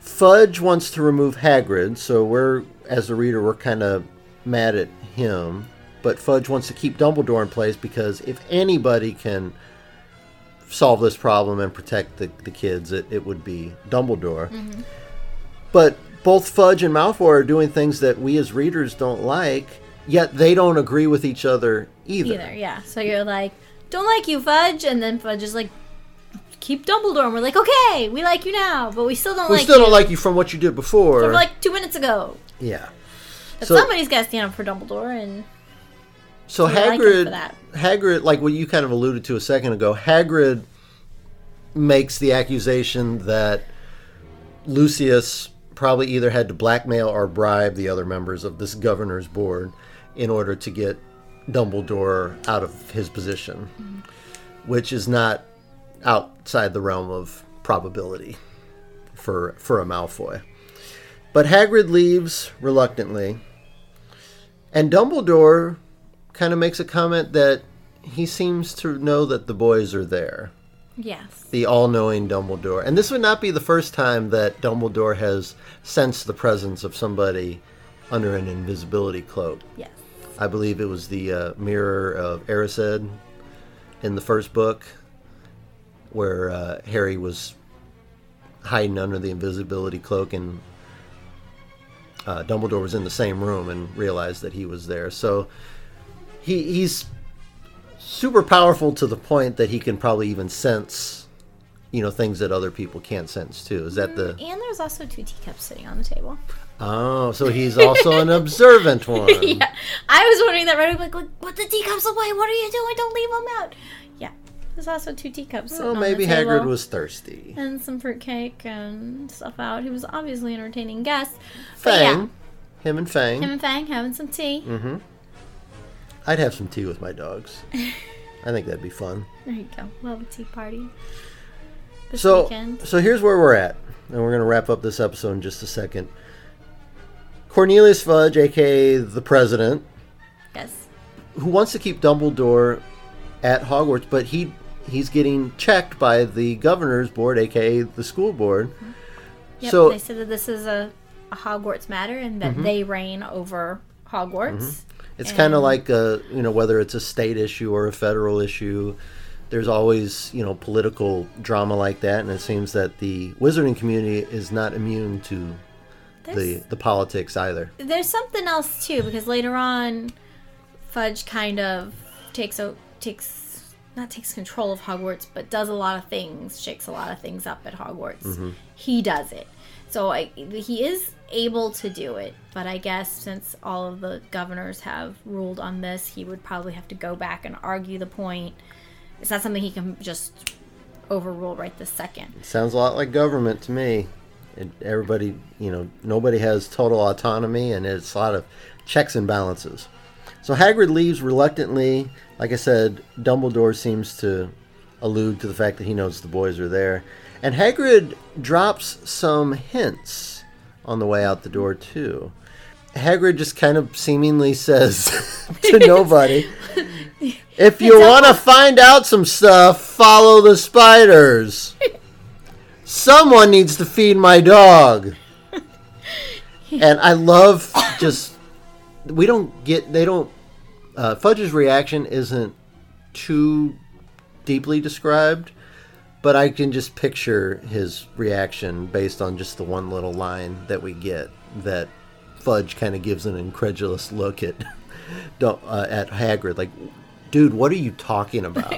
Speaker 2: Fudge wants to remove Hagrid, so we're as a reader we're kind of mad at him, but Fudge wants to keep Dumbledore in place because if anybody can solve this problem and protect the, the kids, it, it would be Dumbledore. But both Fudge and Malfoy are doing things that we as readers don't like, yet they don't agree with each other either.
Speaker 3: yeah. So you're like, don't like you, Fudge, and then Fudge is like, keep Dumbledore. And we're like, okay, we like you now, but we still don't
Speaker 2: we
Speaker 3: like
Speaker 2: still
Speaker 3: you.
Speaker 2: don't like you from what you did before.
Speaker 3: From like two minutes ago.
Speaker 2: yeah.
Speaker 3: But
Speaker 2: So-
Speaker 3: somebody's got to stand up for Dumbledore, and
Speaker 2: So
Speaker 3: So we like him
Speaker 2: Hagrid,
Speaker 3: for that.
Speaker 2: Hagrid, like what you kind of alluded to a second ago, Hagrid makes the accusation that Lucius probably either had to blackmail or bribe the other members of this governor's board in order to get Dumbledore out of his position,
Speaker 3: Mm-hmm.
Speaker 2: which is not outside the realm of probability for for a Malfoy. But Hagrid leaves reluctantly, and Dumbledore kind of makes a comment that he seems to know that the boys are there.
Speaker 3: yes,
Speaker 2: The all knowing Dumbledore. And this would not be the first time that Dumbledore has sensed the presence of somebody under an invisibility cloak.
Speaker 3: yes,
Speaker 2: I believe it was the uh, mirror of Erised in the first book, where uh, Harry was hiding under the invisibility cloak, and uh, Dumbledore was in the same room and realized that he was there. So he he's super powerful to the point that he can probably even sense, you know, things that other people can't sense too. Is that the
Speaker 3: and there's also two teacups sitting on the table.
Speaker 2: oh? So he's also an
Speaker 3: <laughs>
Speaker 2: observant one.
Speaker 3: yeah, I was wondering that right away. Like, like, put the teacups away. What are you doing? Don't leave them out. Yeah, there's also two teacups. sitting
Speaker 2: Well,
Speaker 3: on
Speaker 2: maybe
Speaker 3: the table.
Speaker 2: Hagrid was thirsty.
Speaker 3: and some fruitcake and stuff out. He was obviously entertaining guests. But yeah,
Speaker 2: Fang. Him and Fang.
Speaker 3: him and Fang having some tea.
Speaker 2: mm-hmm. I'd have some tea with my
Speaker 3: <laughs>
Speaker 2: dogs. I think that'd be fun.
Speaker 3: There you go. We'll have a tea party this
Speaker 2: so,
Speaker 3: weekend.
Speaker 2: so here's where we're at, and we're gonna wrap up this episode in just a second. Cornelius Fudge, aka the president,
Speaker 3: Yes.
Speaker 2: who wants to keep Dumbledore at Hogwarts, but he he's getting checked by the governor's board, aka the school board.
Speaker 3: Yep.
Speaker 2: So-
Speaker 3: they said that this is a, a Hogwarts matter and that
Speaker 2: Mhm.
Speaker 3: they reign over Hogwarts.
Speaker 2: Mhm. It's kind of
Speaker 3: And-
Speaker 2: like a, you know whether it's a state issue or a federal issue. There's always you know political drama like that, and it seems that the wizarding community is not immune to the
Speaker 3: There's-
Speaker 2: the politics either.
Speaker 3: There's something else too because later on, Fudge kind of takes o- takes not takes control of Hogwarts, but does a lot of things, shakes a lot of things up at Hogwarts.
Speaker 15: Mhm.
Speaker 3: He does it, so I, he is able to do it. But I guess since all of the governors have ruled on this, he would probably have to go back and argue the point. It's not something he can just overrule right this second.
Speaker 2: Sounds a lot like government to me. It, everybody, you know, nobody has total autonomy, and it's a lot of checks and balances. So Hagrid leaves reluctantly. Like I said, Dumbledore seems to allude to the fact that he knows the boys are there. And Hagrid drops some hints on the way out the door, too. Hagrid just kind of seemingly says <laughs> to nobody, If you want to find out some stuff, follow the spiders. Someone needs to feed my dog. And I love just, we don't get, they don't, uh, Fudge's reaction isn't too deeply described, but I can just picture his reaction based on just the one little line that we get that Fudge kind of gives an incredulous look at <laughs> don't- uh, at Hagrid, like, dude, what are you talking about?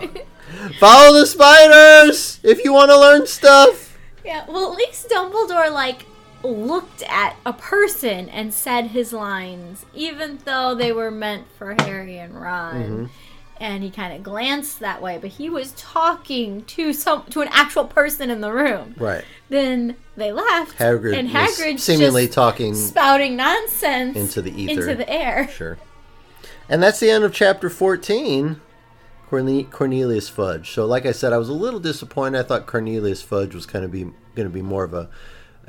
Speaker 2: Follow the spiders if you want to learn stuff.
Speaker 3: Yeah, well, at least Dumbledore, like, looked at a person and said his lines, even though they were meant for Harry and Ron.
Speaker 2: Mhm.
Speaker 3: And he kind of glanced that way, but he was talking to some to an actual person in the room.
Speaker 2: Right.
Speaker 3: Then they left,
Speaker 2: Hagrid,
Speaker 3: and
Speaker 2: was
Speaker 3: Hagrid
Speaker 2: seemingly
Speaker 3: just
Speaker 2: talking
Speaker 3: spouting nonsense
Speaker 2: into the ether.
Speaker 3: into the air. <laughs>
Speaker 2: Sure. And that's the end of chapter 14, Corne- Cornelius Fudge. So, like I said, I was a little disappointed. I thought Cornelius Fudge was kind of be going to be more of a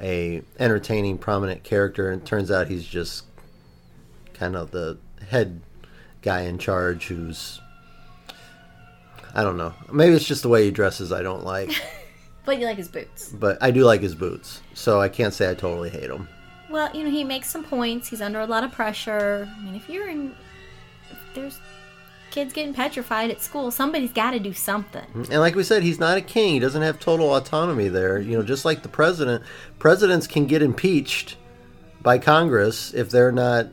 Speaker 2: a entertaining, prominent character, and it turns out he's just kind of the head guy in charge who's I don't know. Maybe it's just the way he dresses I don't like, <laughs>
Speaker 3: But you like his boots.
Speaker 2: but I do like his boots. So I can't say I totally hate him.
Speaker 3: Well, you know, he makes some points. He's under a lot of pressure. I mean, if you're in, if there's kids getting petrified at school, somebody's got to do something.
Speaker 2: And like we said, he's not a king. He doesn't have total autonomy there. You know, just like the president, presidents can get impeached by Congress if they're not,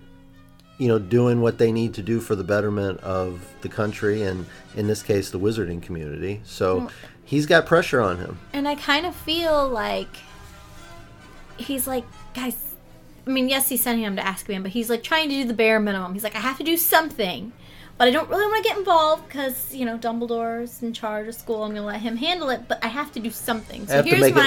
Speaker 2: you know, doing what they need to do for the betterment of the country and, in this case, the wizarding community. So
Speaker 3: Well-
Speaker 2: he's got pressure on him.
Speaker 3: And I kind of feel like he's like, guys. I mean, yes, he's sending him to Azkaban, but he's like trying to do the bare minimum. He's like, I have to do something, but I don't really want to get involved because you know Dumbledore's in charge of school. I'm gonna let him handle it, but I have to do something.
Speaker 2: I
Speaker 3: So
Speaker 2: have to
Speaker 3: here's
Speaker 2: make it- Mm-hmm.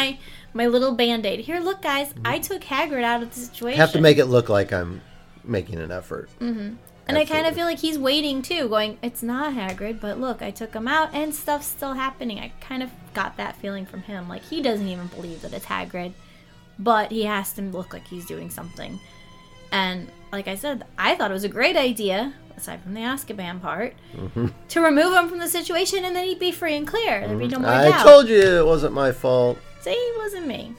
Speaker 3: my my little band aid. Here, look, guys, I took Hagrid out of the situation.
Speaker 2: have to make it look like I'm making an effort.
Speaker 3: Mm-hmm. And I kind of feel like he's waiting too, going, "It's not Hagrid, but look, I took him out, and stuff's still happening." I kind of got that feeling from him, like he doesn't even believe that it's Hagrid, but he has to look like he's doing something. And like I said, I thought it was a great idea, aside from the Azkaban part,
Speaker 2: Mhm.
Speaker 3: to remove him from the situation, and then he'd be free and clear. There'd be no more
Speaker 2: Mm-hmm. I
Speaker 3: doubt.
Speaker 2: told you it wasn't my fault.
Speaker 3: Say it wasn't me.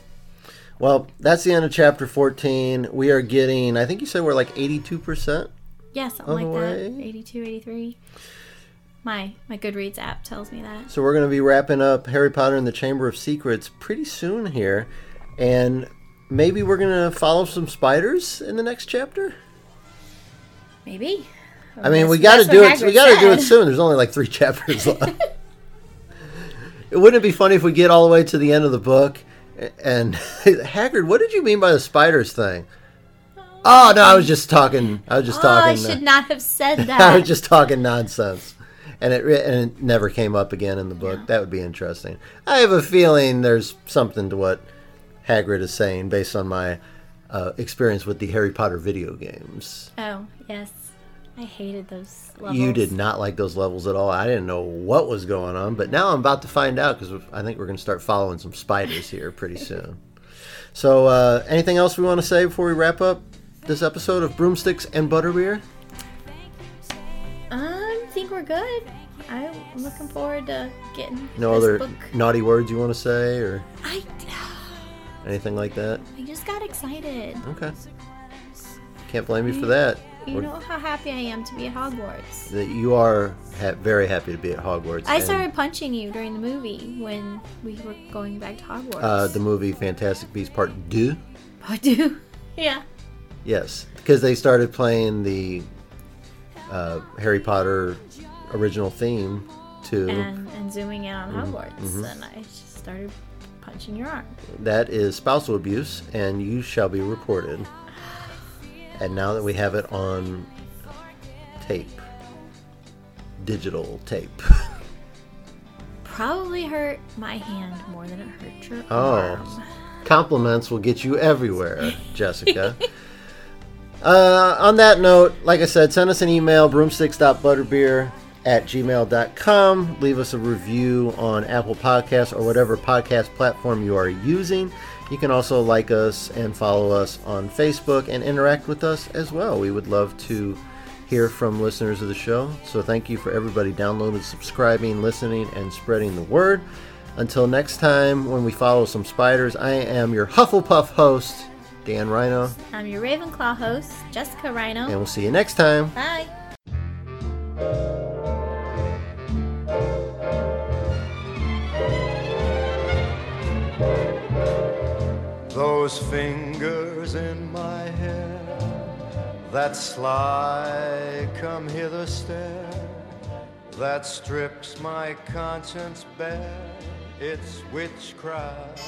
Speaker 2: Well, that's the end of chapter 14. We are getting, I think you said we're like 82%.
Speaker 3: Yeah, something like
Speaker 2: Otherwise-
Speaker 3: that. 82, 83. My my Goodreads app tells me that.
Speaker 2: So we're going to be wrapping up Harry Potter and the Chamber of Secrets pretty soon here, and maybe we're going to follow some spiders in the next chapter.
Speaker 3: Maybe.
Speaker 2: I mean, we got
Speaker 3: That's-
Speaker 2: to
Speaker 3: that's
Speaker 2: do it. We
Speaker 3: what Hagrid
Speaker 2: got to do it
Speaker 3: said.
Speaker 2: soon. There's only like three <laughs> chapters left. it wouldn't it be funny if we get all the way to the end of the book a- and <laughs> Hagrid, what did you mean by the spiders thing? Oh no, I was just talking. I was just
Speaker 3: oh, I
Speaker 2: talking. uh,
Speaker 3: should not have
Speaker 2: <laughs>
Speaker 3: said
Speaker 2: I
Speaker 3: that.
Speaker 2: was just talking nonsense. And it, re- and it never came up again in the book. That would be interesting. I have a feeling there's something to what Hagrid is saying based on my uh, experience with the Harry Potter video games.
Speaker 3: oh, yes. I hated those levels.
Speaker 2: You did not like those levels at all. I didn't know what was going on, but now I'm about to find out because I think we're going to start following some spiders here
Speaker 3: <laughs>
Speaker 2: pretty soon. So, uh, anything else we want to say before we wrap up this episode of Broomsticks and Butterbeer?
Speaker 3: Um, I think we're good. I'm looking forward to getting
Speaker 2: No
Speaker 3: this
Speaker 2: other
Speaker 3: book.
Speaker 2: naughty words you want to say or
Speaker 3: I,
Speaker 2: anything like that?
Speaker 3: I just got excited.
Speaker 2: Okay. Can't blame you for that.
Speaker 3: You
Speaker 2: We're-
Speaker 3: know how happy I am to be at Hogwarts.
Speaker 2: that you are ha- very happy to be at Hogwarts.
Speaker 3: I
Speaker 2: and,
Speaker 3: started punching you during the movie when we were going back to Hogwarts.
Speaker 2: uh, the movie Fantastic Beasts Part 2.
Speaker 3: <laughs> I do. <laughs> Yeah.
Speaker 2: Yes, because they started playing the uh, Harry Potter original theme to
Speaker 3: And, and zooming in on
Speaker 2: Mhm,
Speaker 3: Hogwarts.
Speaker 2: mhm.
Speaker 3: And I just started punching your arm.
Speaker 2: that is spousal abuse, and you shall be reported. And now that we have it on tape, digital tape. <laughs>
Speaker 3: Probably hurt my hand more than it hurt your arm.
Speaker 2: Oh, compliments will get you everywhere,
Speaker 3: <laughs>
Speaker 2: Jessica. uh, on that note, like I said, send us an email, broomsticks.butterbeer at gmail.com. Leave us a review on Apple Podcasts or whatever podcast platform you are using. You can also like us and follow us on Facebook and interact with us as well. We would love to hear from listeners of the show. So thank you for everybody downloading, subscribing, listening, and spreading the word. Until next time, when we follow some spiders, I am your Hufflepuff host, Dan Rhino,
Speaker 3: I'm your Ravenclaw host, Jessica Rhino.
Speaker 2: and we'll see you next time.
Speaker 3: Bye.
Speaker 1: Those fingers in my hair, that sly come hither stare, that strips my conscience bare, it's witchcraft.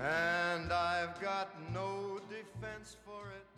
Speaker 1: And I've got no defense for it.